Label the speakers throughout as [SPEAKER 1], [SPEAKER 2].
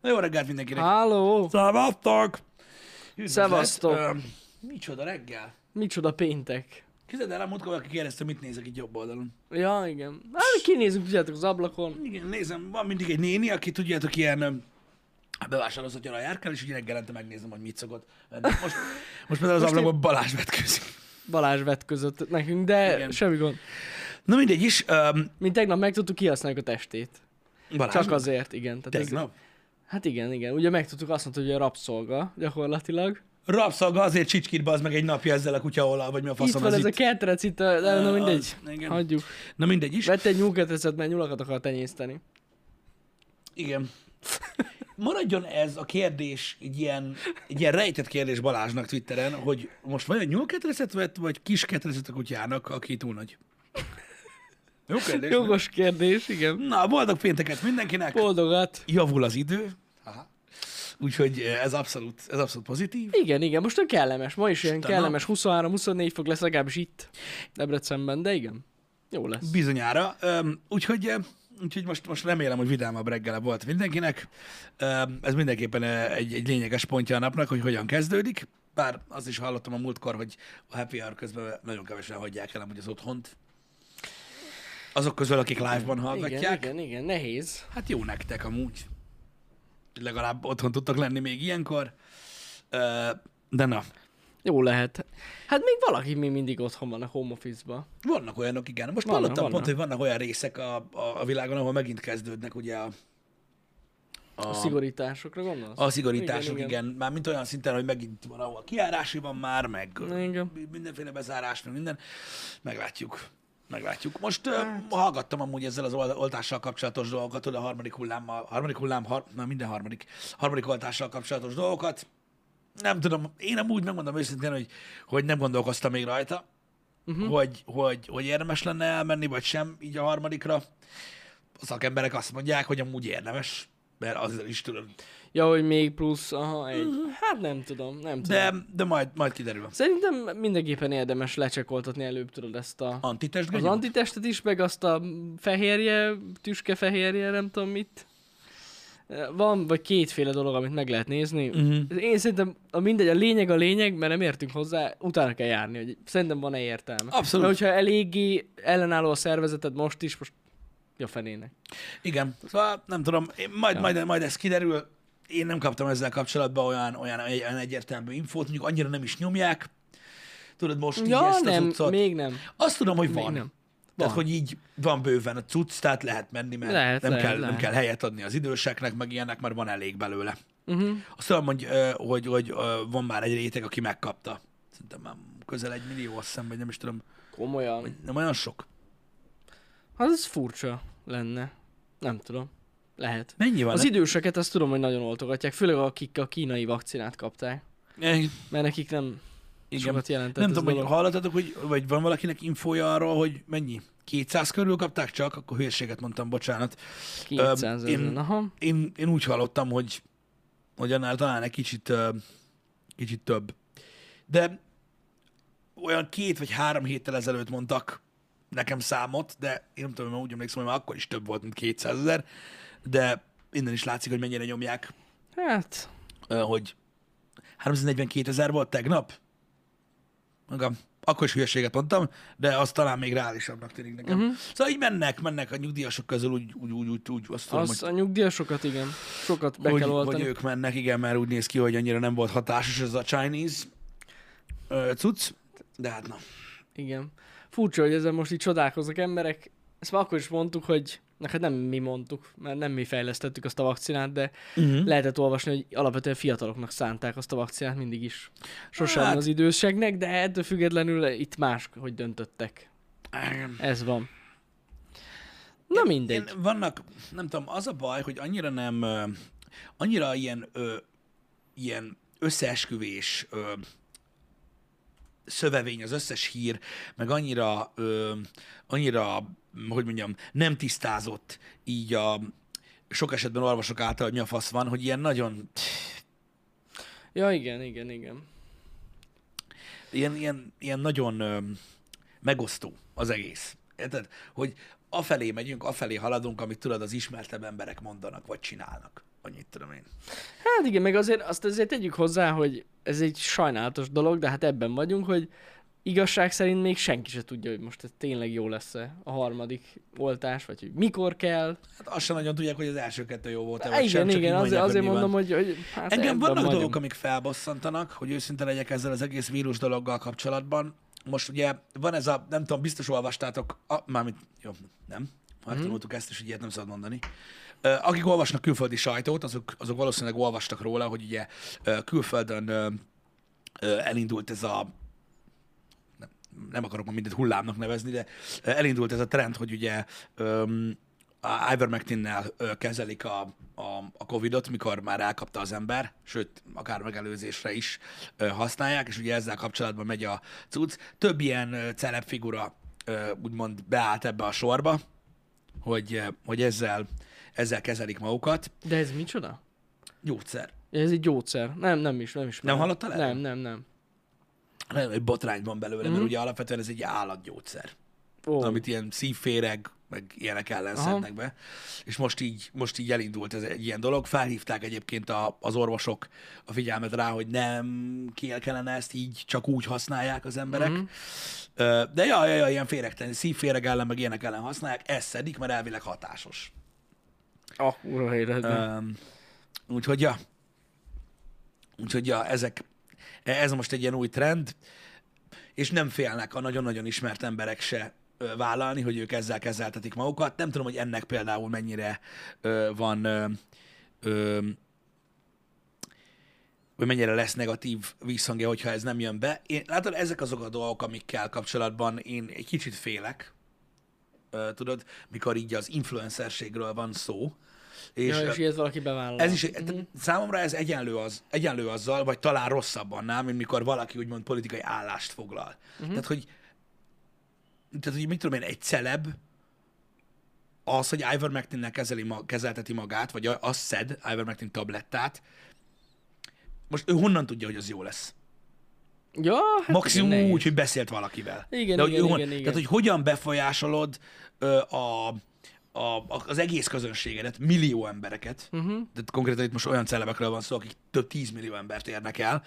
[SPEAKER 1] Na jó reggelt mindenkinek.
[SPEAKER 2] Halló!
[SPEAKER 1] Szevasztok!
[SPEAKER 2] Szevasztok.
[SPEAKER 1] Ö, Micsoda reggel?
[SPEAKER 2] Micsoda péntek.
[SPEAKER 1] Képzeld el, múltkor valaki kérdezte, mit nézek itt jobb oldalon.
[SPEAKER 2] Ja, igen. Hát kinézünk, tudjátok, az ablakon.
[SPEAKER 1] Igen, nézem, van mindig egy néni, aki tudjátok, ilyen ö, bevásárolhatja a járkál, és ugye reggelente megnézem, hogy mit szokott. venni. Most, most például az ablakban Balázs vetkőzik.
[SPEAKER 2] Balázs vetközött nekünk, de
[SPEAKER 1] Igen.
[SPEAKER 2] igen. semmi gond.
[SPEAKER 1] Na mindegy is, um,
[SPEAKER 2] Mint tegnap meg tudtuk kihasználni a testét.
[SPEAKER 1] Balázs,
[SPEAKER 2] Csak azért, igen. Tehát ez,
[SPEAKER 1] tegnap.
[SPEAKER 2] hát igen, igen. Ugye megtudtuk azt mondta, hogy a rabszolga gyakorlatilag.
[SPEAKER 1] Rabszolga azért csicskít az meg egy napja ezzel a kutyaolal, vagy mi a
[SPEAKER 2] Itt
[SPEAKER 1] faszom
[SPEAKER 2] van
[SPEAKER 1] ez
[SPEAKER 2] ez a
[SPEAKER 1] itt.
[SPEAKER 2] ketrec, itt a... de, na
[SPEAKER 1] Az,
[SPEAKER 2] mindegy.
[SPEAKER 1] igen.
[SPEAKER 2] Hagyjuk.
[SPEAKER 1] Na mindegy is.
[SPEAKER 2] Vett egy nyúlketrecet, mert nyulakat akar tenyészteni.
[SPEAKER 1] Igen. Maradjon ez a kérdés, egy ilyen, egy ilyen rejtett kérdés Balázsnak Twitteren, hogy most vajon nyúlketrecet vett, vagy kisketrecet a kutyának, aki túl nagy? Jó kérdés. Jó.
[SPEAKER 2] Jogos kérdés, igen.
[SPEAKER 1] Na, boldog pénteket mindenkinek!
[SPEAKER 2] Boldogat.
[SPEAKER 1] Javul az idő. Aha. Úgyhogy ez abszolút, ez abszolút pozitív.
[SPEAKER 2] Igen, igen, most olyan kellemes. Ma is ilyen
[SPEAKER 1] Istenem.
[SPEAKER 2] kellemes. 23-24 fog lesz legalábbis itt Debrecenben, de igen. Jó lesz.
[SPEAKER 1] Bizonyára. Öm, Úgyhogy, ö, úgyhogy most, most remélem, hogy vidámabb reggele volt mindenkinek. Öm, Ez mindenképpen ö, egy, egy lényeges pontja a napnak, hogy hogyan kezdődik. Bár azt is hallottam a múltkor, hogy a happy hour közben nagyon kevesen hagyják el amúgy az otthont. Azok közül, akik live-ban hallgatják.
[SPEAKER 2] Igen, igen, igen, nehéz.
[SPEAKER 1] Hát jó nektek amúgy. Legalább otthon tudtak lenni még ilyenkor. Ö, De na,
[SPEAKER 2] Jó lehet. Hát még valaki még mindig otthon van a home office-ba.
[SPEAKER 1] Vannak olyanok, igen. Most
[SPEAKER 2] Vannak,
[SPEAKER 1] hallottam pont,
[SPEAKER 2] vannak.
[SPEAKER 1] hogy vannak olyan részek a, a, a világon, ahol megint kezdődnek ugye a,
[SPEAKER 2] A, a szigorításokra gondolsz?
[SPEAKER 1] a szigorítások, igen,
[SPEAKER 2] Igen,
[SPEAKER 1] igen.
[SPEAKER 2] igen.
[SPEAKER 1] Már mint olyan szinten, hogy megint van, ahol kiárási van már, meg
[SPEAKER 2] Igen.
[SPEAKER 1] mindenféle bezárás, meg minden. Meglátjuk. Meglátjuk. Most hát. hallgattam amúgy ezzel az ol- oltással kapcsolatos dolgokat, tudod, a harmadik hullámmal, harmadik hullám, har, na minden harmadik, harmadik oltással kapcsolatos dolgokat. Nem tudom, én amúgy megmondom őszintén, hogy, hogy nem gondolkoztam még rajta, uh-huh. hogy, hogy, hogy érdemes lenne elmenni, vagy sem, így a harmadikra. A szakemberek azt mondják, hogy amúgy érdemes, mert azzal is tudod,
[SPEAKER 2] Ja, hogy még plusz, aha, egy. Hát nem tudom, nem tudom.
[SPEAKER 1] de, de majd, majd kiderül.
[SPEAKER 2] Szerintem mindenképpen érdemes lecsekoltatni előbb, tudod, ezt a...
[SPEAKER 1] Antitest
[SPEAKER 2] Az
[SPEAKER 1] anti...
[SPEAKER 2] antitestet is, meg azt a fehérje, tüske fehérje, nem tudom mit. Van vagy kétféle dolog, amit meg lehet nézni.
[SPEAKER 1] Mhm.
[SPEAKER 2] Uh-huh. Én szerintem a mindegy, a lényeg a lényeg, mert nem értünk hozzá, utána kell járni, hogy szerintem van-e értelme.
[SPEAKER 1] Abszolút.
[SPEAKER 2] Mert hogyha eléggé ellenálló a szervezeted most is, most ja fenének.
[SPEAKER 1] Igen. Szóval nem tudom, én majd, ja. majd, majd ez kiderül. Én nem kaptam ezzel kapcsolatban olyan, olyan, egy- olyan egyértelmű infót, mondjuk annyira nem is nyomják. Tudod, most így
[SPEAKER 2] Ja,
[SPEAKER 1] ezt az
[SPEAKER 2] nem,
[SPEAKER 1] utcot.
[SPEAKER 2] még nem.
[SPEAKER 1] Azt tudom, hogy van.
[SPEAKER 2] Még nem.
[SPEAKER 1] Tehát,
[SPEAKER 2] Van.
[SPEAKER 1] hogy így van bőven a cucc, tehát lehet menni, mert
[SPEAKER 2] Lehet,
[SPEAKER 1] nem,
[SPEAKER 2] lehet,
[SPEAKER 1] kell, nem
[SPEAKER 2] lehet.
[SPEAKER 1] kell helyet adni az időseknek, meg ilyenek, mert van elég belőle.
[SPEAKER 2] Uh-huh.
[SPEAKER 1] Azt tudom, hogy, ö, hogy, hogy ö, van már egy réteg, aki megkapta. Szerintem már közel egy millió, azt hiszem, vagy nem is tudom.
[SPEAKER 2] Komolyan.
[SPEAKER 1] Nem olyan sok.
[SPEAKER 2] Hát ez furcsa lenne. Nem tudom. Lehet.
[SPEAKER 1] Mennyi van?
[SPEAKER 2] Az időseket azt tudom, hogy nagyon oltogatják, főleg akik a kínai vakcinát kapták.
[SPEAKER 1] Egy-
[SPEAKER 2] Mert nekik nem
[SPEAKER 1] Igen.
[SPEAKER 2] Igen. sokat jelentett
[SPEAKER 1] Nem
[SPEAKER 2] ez
[SPEAKER 1] tudom, hogy
[SPEAKER 2] dolog.
[SPEAKER 1] hallottatok, hogy, vagy van valakinek infója arról, hogy mennyi? 200 körül kapták csak? Akkor hülyeséget mondtam, bocsánat.
[SPEAKER 2] 200
[SPEAKER 1] Öm,
[SPEAKER 2] ezer,
[SPEAKER 1] én-
[SPEAKER 2] aha.
[SPEAKER 1] Én, én úgy hallottam, hogy, hogy annál talán egy kicsit, ö, kicsit több. De olyan két vagy három héttel ezelőtt mondtak nekem számot, de én nem tudom, mert úgy emlékszem, hogy már akkor is több volt, mint 200 ezer, de innen is látszik, hogy mennyire nyomják,
[SPEAKER 2] Hát,
[SPEAKER 1] ö, hogy 342 ezer volt tegnap? Magam, akkor is hülyeséget mondtam, de az talán még reálisabbnak tűnik nekem.
[SPEAKER 2] Mhm.
[SPEAKER 1] Uh-huh. Szóval így mennek, mennek a nyugdíjasok közül, úgy, úgy, úgy, úgy, úgy azt tudom,
[SPEAKER 2] az
[SPEAKER 1] hogy,
[SPEAKER 2] a nyugdíjasokat igen, sokat be kell
[SPEAKER 1] hogy, hogy
[SPEAKER 2] oltani.
[SPEAKER 1] ők mennek, igen, mert úgy néz ki, hogy annyira nem volt hatásos ez a Chinese ö, cucc, de hát na.
[SPEAKER 2] Igen. Furcsa, hogy ezzel most így csodálkoznak emberek. Ezt már akkor is mondtuk, hogy na, hát nem mi mondtuk, mert nem mi fejlesztettük azt a vakcinát, de
[SPEAKER 1] Uh-huh.
[SPEAKER 2] lehetett olvasni, hogy alapvetően fiataloknak szánták azt a vakcinát mindig is. Sosem
[SPEAKER 1] Hát.
[SPEAKER 2] hát. az időseknek, de ettől függetlenül itt más, hogy döntöttek. Ez van. Na mindegy.
[SPEAKER 1] Én, vannak, nem tudom, az a baj, hogy annyira nem, ö, annyira ilyen, ö, ilyen összeesküvés ö, szövevény az összes hír, meg annyira, ö, annyira, m, hogy mondjam, nem tisztázott így a sok esetben olvasok által, hogy mi a fasz van, hogy ilyen nagyon,
[SPEAKER 2] Ja, igen, igen, igen.
[SPEAKER 1] ilyen, ilyen, ilyen nagyon ö, megosztó az egész. Érted? Hogy afelé megyünk, afelé haladunk, amit tudod, az ismertebb emberek mondanak, vagy csinálnak. annyit tudom én.
[SPEAKER 2] Hát igen, meg azért azt azért tegyük hozzá, hogy ez egy sajnálatos dolog, de hát ebben vagyunk, hogy igazság szerint még senki se tudja, hogy most ez tényleg jó lesz-e a harmadik oltás, vagy hogy mikor kell.
[SPEAKER 1] Hát azt sem nagyon tudják, hogy az első kettő jó volt-e,
[SPEAKER 2] Hát
[SPEAKER 1] vagy sem,
[SPEAKER 2] igen,
[SPEAKER 1] csak
[SPEAKER 2] igen,
[SPEAKER 1] így
[SPEAKER 2] azért,
[SPEAKER 1] mondják,
[SPEAKER 2] azért
[SPEAKER 1] hogy mi
[SPEAKER 2] mondom,
[SPEAKER 1] van.
[SPEAKER 2] hogy, hogy hát
[SPEAKER 1] Engem
[SPEAKER 2] ebben
[SPEAKER 1] vannak
[SPEAKER 2] vagyunk.
[SPEAKER 1] dolgok, amik felbosszantanak, hogy őszinte legyek ezzel az egész vírus dologgal kapcsolatban. Most ugye van ez a, nem tudom, biztos olvastátok, a, mármint, jó, nem,
[SPEAKER 2] Mhm.
[SPEAKER 1] megtanultuk ezt, és így ilyet nem szabad mondani. Ö, Akik olvasnak külföldi sajtót, azok, azok valószínűleg olvastak róla, hogy ugye ö, külföldön ö, ö, elindult ez a nem akarok ma mindent hullámnak nevezni, de eh, elindult ez a trend, hogy ugye öm, a ivermectinnel ö, kezelik a, a, a Covid-ot, mikor már elkapta az ember, sőt, akár megelőzésre is ö, használják, és ugye ezzel kapcsolatban megy a cucc. Több ilyen ö, celeb figura ö, úgymond beállt ebbe a sorba, hogy, ö, hogy ezzel, ezzel kezelik magukat.
[SPEAKER 2] De ez micsoda?
[SPEAKER 1] Gyógyszer.
[SPEAKER 2] Ez egy gyógyszer. Nem, nem is, nem is.
[SPEAKER 1] Nem hallottál erről?
[SPEAKER 2] Nem, nem, nem.
[SPEAKER 1] Nagyon nagy botrány van belőle, mert ugye alapvetően ez egy állatgyógyszer.
[SPEAKER 2] Ó,
[SPEAKER 1] amit ilyen szívféreg, meg ilyenek ellen
[SPEAKER 2] Aha.
[SPEAKER 1] szednek be. És most így, most így elindult ez egy ilyen dolog. Felhívták egyébként a, az orvosok a figyelmet rá, hogy nem kél kellene ezt így, csak úgy használják az emberek.
[SPEAKER 2] Mhm.
[SPEAKER 1] Ö, De ja, ja, ja, ilyen féregtelen, szívféreg ellen, meg ilyenek ellen használják, ezt szedik, mert elvileg hatásos.
[SPEAKER 2] ah, ura életben.
[SPEAKER 1] Öm, úgyhogy, ja. Úgyhogy, ja, ezek, e, ez most egy ilyen új trend, és nem félnek a nagyon-nagyon ismert emberek se ö, vállalni, hogy ők ezzel kezeltetik magukat. Nem tudom, hogy ennek például mennyire ö, van, ö, ö, hogy mennyire lesz negatív visszhangja, hogyha ez nem jön be. Én, látod, ezek azok a dolgok, amikkel kapcsolatban én egy kicsit félek, ö, tudod, mikor így az influencerségről van szó, és,
[SPEAKER 2] Ja,
[SPEAKER 1] ö,
[SPEAKER 2] és ilyet valaki bevállal.
[SPEAKER 1] ez is, mm számomra ez egyenlő, az, egyenlő azzal, vagy talán rosszabb annál, mint mikor valaki úgymond politikai állást foglal. Tehát, hogy tehát, hogy mit tudom én, egy celeb, az, hogy Ivermectin-nel kezeli, ma, kezelteti magát, vagy a- azt szed Ivermectin tablettát, most ő honnan tudja, hogy az jó lesz?
[SPEAKER 2] Ja, hát
[SPEAKER 1] Maximum
[SPEAKER 2] igen,
[SPEAKER 1] úgy, hogy beszélt valakivel.
[SPEAKER 2] Igen,
[SPEAKER 1] hogy
[SPEAKER 2] igen,
[SPEAKER 1] ő hon-
[SPEAKER 2] igen, igen.
[SPEAKER 1] Tehát, hogy hogyan befolyásolod ö, a, a, a, az egész közönségedet, millió embereket,
[SPEAKER 2] Mhm.
[SPEAKER 1] uh-huh. de konkrétan itt most olyan celebekről van szó, akik több tízmillió embert érnek el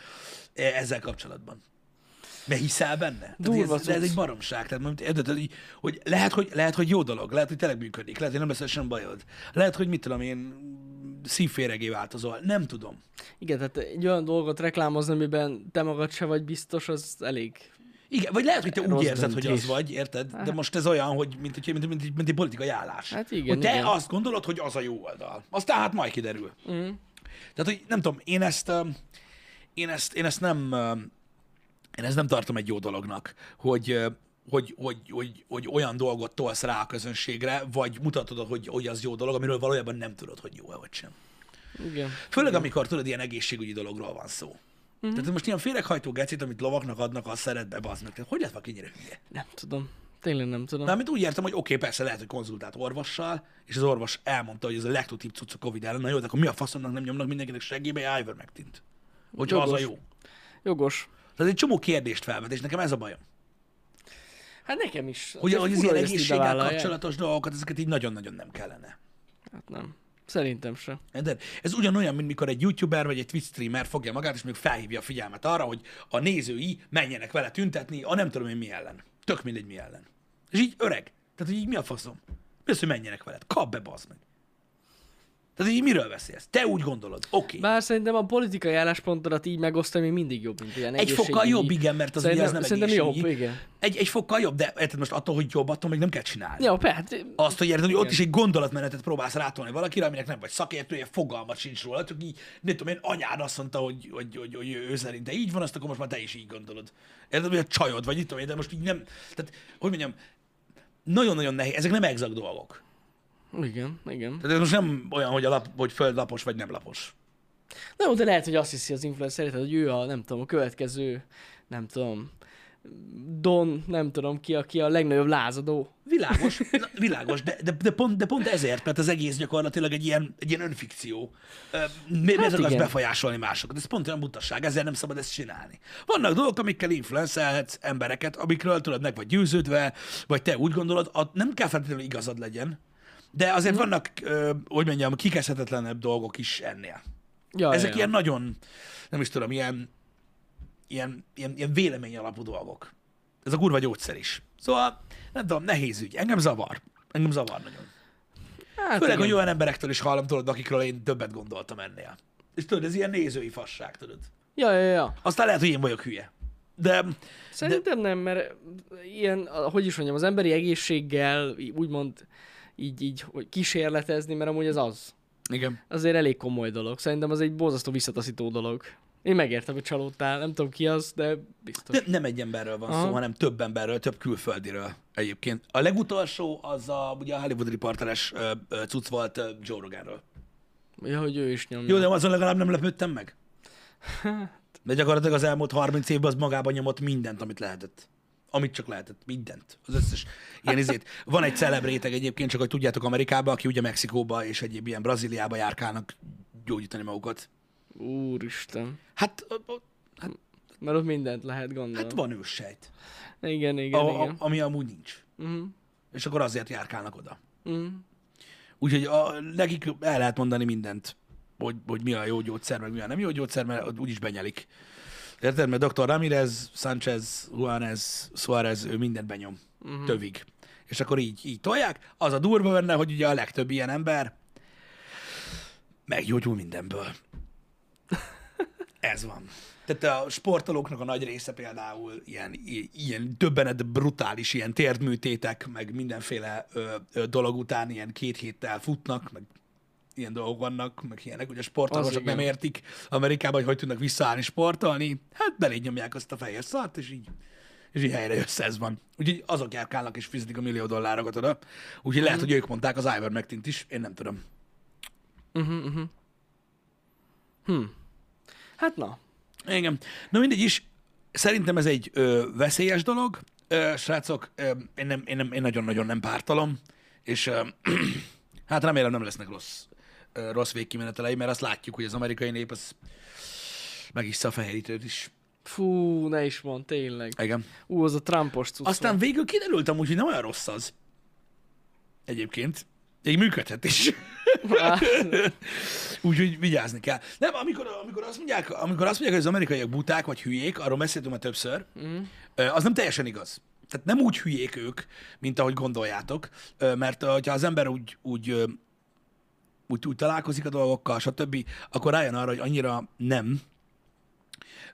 [SPEAKER 1] e- ezzel kapcsolatban. De hiszel benne? Tehát, hogy
[SPEAKER 2] Durva
[SPEAKER 1] ez, de ez
[SPEAKER 2] cucc.
[SPEAKER 1] egy baromság. Tehát, mondjuk, érted, hogy, hogy, lehet, hogy, lehet, hogy jó dolog, lehet, hogy tényleg működik, lehet, hogy nem lesz sem bajod. Lehet, hogy mit tudom én, szívféregé változol. Nem tudom.
[SPEAKER 2] Igen, tehát egy olyan dolgot reklámozni, amiben te magad se vagy biztos, az elég.
[SPEAKER 1] Igen, vagy lehet, hogy te
[SPEAKER 2] Rossz
[SPEAKER 1] úgy érzed, hogy
[SPEAKER 2] döntés.
[SPEAKER 1] az vagy, érted? De most ez olyan, hogy mint, hogy, mint, mint, egy- mint egy politikai állás.
[SPEAKER 2] Hát igen,
[SPEAKER 1] Hogy te
[SPEAKER 2] igen.
[SPEAKER 1] azt gondolod, hogy az a jó oldal. Aztán hát majd kiderül. Mm. Tehát, hogy nem tudom, én ezt, öm, én ezt, én ezt nem, öm, én ezt nem tartom egy jó dolognak, hogy, ö, hogy, hogy, hogy, hogy olyan dolgot tolsz rá a közönségre, vagy mutatod, hogy, hogy az jó dolog, amiről valójában nem tudod, hogy jó-e vagy sem.
[SPEAKER 2] Igen. Mhm.
[SPEAKER 1] Főleg, amikor tudod, ilyen egészségügyi dologról van szó. Mm-hmm. Tehát most ilyen féreghajtó gecit, amit lovaknak adnak, azt szeret be, bazd meg. Tehát hogy lehet valaki ennyire hülye?
[SPEAKER 2] Nem tudom. Tényleg nem tudom.
[SPEAKER 1] Mármint úgy értem, hogy oké, okay, persze lehet, hogy konzultált orvossal, és az orvos elmondta, hogy ez a legtutibb cucc a Covid ellen. Na jó, de akkor mi a faszomnak nem nyomnak mindenkinek segébe Ivermectint? Hogyha az a
[SPEAKER 2] Jogos.
[SPEAKER 1] jó.
[SPEAKER 2] Jogos.
[SPEAKER 1] Tehát egy csomó kérdést felvet, és nekem ez a bajom.
[SPEAKER 2] Hát nekem is.
[SPEAKER 1] Hogy,
[SPEAKER 2] Ez
[SPEAKER 1] hogy az
[SPEAKER 2] fura,
[SPEAKER 1] ilyen
[SPEAKER 2] ezt így
[SPEAKER 1] egészséggel
[SPEAKER 2] bevállalják.
[SPEAKER 1] kapcsolatos dolgokat, ezeket így nagyon-nagyon nem kellene.
[SPEAKER 2] Hát nem. Szerintem sem.
[SPEAKER 1] Érted? Ez ugyanolyan, mint mikor egy youtuber vagy egy Twitch streamer fogja magát, és még felhívja a figyelmet arra, hogy a nézői menjenek vele tüntetni, a nem tudom én mi ellen. Tök mindegy mi ellen. És így öreg. Tehát, hogy így mi a faszom? Mi az, hogy menjenek veled? Kap be, bazd meg. Tehát így miről beszélsz? Te úgy gondolod. Oké. Okay.
[SPEAKER 2] Bár szerintem a politikai álláspontodat így megosztani mindig jobb, mint ilyen
[SPEAKER 1] Egy fokkal
[SPEAKER 2] egészségügyi-
[SPEAKER 1] jobb, igen, mert az ugye
[SPEAKER 2] Szerintem,
[SPEAKER 1] az nem
[SPEAKER 2] szerintem jobb,
[SPEAKER 1] egészségügyi.
[SPEAKER 2] igen.
[SPEAKER 1] Egy, egy fokkal jobb, de érted most attól, hogy jobb, attól még nem kell csinálni.
[SPEAKER 2] Jó, hát
[SPEAKER 1] Azt, hogy érted, hogy ott is egy gondolatmenetet próbálsz rátolni valakire, aminek nem vagy szakértője, fogalmat sincs róla, csak így, nem tudom én, anyád azt mondta, hogy, hogy, hogy, hogy ő szerinte így van, azt akkor most már te is így gondolod. Érted, hogy a csajod, vagy itt tudom én, de most így nem, tehát, hogy mondjam, nagyon-nagyon nehéz, ezek nem exakt dolgok.
[SPEAKER 2] igen, igen.
[SPEAKER 1] Tehát ez most nem olyan, hogy, a lap, hogy földlapos, vagy nem lapos.
[SPEAKER 2] Na jó, de lehet, hogy azt hiszi az influencer, tehát, hogy ő a, nem tudom, a következő, nem tudom, Don, nem tudom ki, aki a legnagyobb lázadó.
[SPEAKER 1] Világos, na, világos, de, de, de, pont, de pont ezért, mert az egész gyakorlatilag egy ilyen, egy ilyen önfikció. Ö, Mi, miért
[SPEAKER 2] Hát
[SPEAKER 1] hát akarsz
[SPEAKER 2] igen.
[SPEAKER 1] befolyásolni másokat? Ez pont olyan butasság, ezért nem szabad ezt csinálni. Vannak dolgok, amikkel influencelhetsz embereket, amikről tudod, meg vagy győződve, vagy te úgy gondolod, a, nem kell feltétlenül igazad legyen, De
[SPEAKER 2] Mhm.
[SPEAKER 1] azért vannak, ö, hogy mondjam, kikeszhetetlenebb dolgok is ennél.
[SPEAKER 2] Ja,
[SPEAKER 1] Ezek
[SPEAKER 2] Ah, ja,
[SPEAKER 1] ilyen nagyon, nem is tudom, ilyen, ilyen, ilyen, ilyen vélemény alapú dolgok. Ez a kurva gyógyszer is. Szóval, nem tudom, nehéz ügy. Engem zavar. Engem zavar nagyon.
[SPEAKER 2] Hát
[SPEAKER 1] Főleg,
[SPEAKER 2] igen.
[SPEAKER 1] hogy olyan emberektől is hallom, tudod, akikről én többet gondoltam ennél. És tudod, ez ilyen nézői fasság, tudod.
[SPEAKER 2] Ja, ja, ja.
[SPEAKER 1] Aztán lehet, hogy én vagyok hülye. De,
[SPEAKER 2] Szerintem nem, mert ilyen, a- hogy is mondjam, az emberi egészséggel í- úgymond így, így hogy kísérletezni, mert amúgy ez az.
[SPEAKER 1] igen.
[SPEAKER 2] Azért elég komoly dolog. Szerintem az egy borzasztó visszataszító dolog. Én megértem, hogy csalódtál, nem tudom ki az, de biztos.
[SPEAKER 1] De nem egy emberről van szó,
[SPEAKER 2] Aha.
[SPEAKER 1] hanem több emberről, több külföldiről egyébként. A legutolsó az a, ugye a Hollywood riporteres ö, ö, cucc volt ö, Joe Roganről.
[SPEAKER 2] Ja, hogy ő is nyomja.
[SPEAKER 1] Jó, de azon legalább nem lepődtem meg. De gyakorlatilag az elmúlt 30 évben az magában nyomott mindent, amit lehetett. Amit csak lehetett, mindent. Az összes ilyen izét. Van egy celeb réteg egyébként, csak hogy tudjátok Amerikában, aki ugye Mexikóba és egyéb ilyen Brazíliába járkálnak gyógyítani magukat.
[SPEAKER 2] Úristen.
[SPEAKER 1] Hát, ö, ö,
[SPEAKER 2] Mert ott mindent lehet gondolni.
[SPEAKER 1] hát van őssejt,
[SPEAKER 2] Igen, igen,
[SPEAKER 1] a, a,
[SPEAKER 2] igen.
[SPEAKER 1] ami amúgy nincs.
[SPEAKER 2] Mhm.
[SPEAKER 1] És akkor azért járkálnak oda.
[SPEAKER 2] Mhm.
[SPEAKER 1] Úgyhogy a, nekik el lehet mondani mindent, hogy, hogy mi a jó gyógyszer, meg mi a nem jó gyógyszer, mert ott úgyis benyelik. Érted? Mert Dr. Ramirez, Sanchez, Juárez, Suárez, ő mindent benyom.
[SPEAKER 2] Mhm.
[SPEAKER 1] Uh-huh. Tövig. És akkor így, így tolják. Az a durva benne, hogy ugye a legtöbb ilyen ember meggyógyul mindenből. Ez van. Tehát a sportolóknak a nagy része például ilyen, i- ilyen többenet brutális, ilyen térdműtétek, meg mindenféle ö, ö, dolog után ilyen két héttel futnak, meg ilyen dolgok vannak, meg ilyenek. Ugye
[SPEAKER 2] Az
[SPEAKER 1] sportolósok
[SPEAKER 2] igen.
[SPEAKER 1] nem értik Amerikában, hogy hogy tudnak visszaállni sportolni. Hát beléd nyomják azt a fehér szart, és így, és így helyre jössz, ez van. Úgyhogy azok járkálnak és fizetik a millió dollárokat oda. Úgyhogy lehet,
[SPEAKER 2] Mhm.
[SPEAKER 1] hogy ők mondták az Ivermectin-t is, én nem tudom.
[SPEAKER 2] Hát na.
[SPEAKER 1] Igen. Na mindegy is, szerintem ez egy ö, veszélyes dolog. Ö, srácok, ö, én, nem, én, nem, én nagyon-nagyon nem pártalom, és ö, hát remélem nem lesznek rossz, ö, rossz végkimenetelei, mert azt látjuk, hogy az amerikai nép az megissza a fehérítőt is.
[SPEAKER 2] Fú, ne is mond, tényleg.
[SPEAKER 1] Igen.
[SPEAKER 2] Ú, az a Trumpos cucc.
[SPEAKER 1] Aztán végül kiderült amúgy, hogy nem olyan rossz az. Egyébként. Így működhet is.
[SPEAKER 2] volt. Á,
[SPEAKER 1] Úgyhogy vigyázni kell. Nem, amikor, amikor, azt mondják, amikor azt mondják, hogy az amerikaiak buták vagy hülyék, arról beszéltünk már többször, mm. az nem teljesen igaz. Tehát nem úgy hülyék ők, mint ahogy gondoljátok, ö, mert ö, ha az ember úgy, úgy, ö, úgy, úgy találkozik a dolgokkal, stb., akkor rájön arra, hogy annyira nem,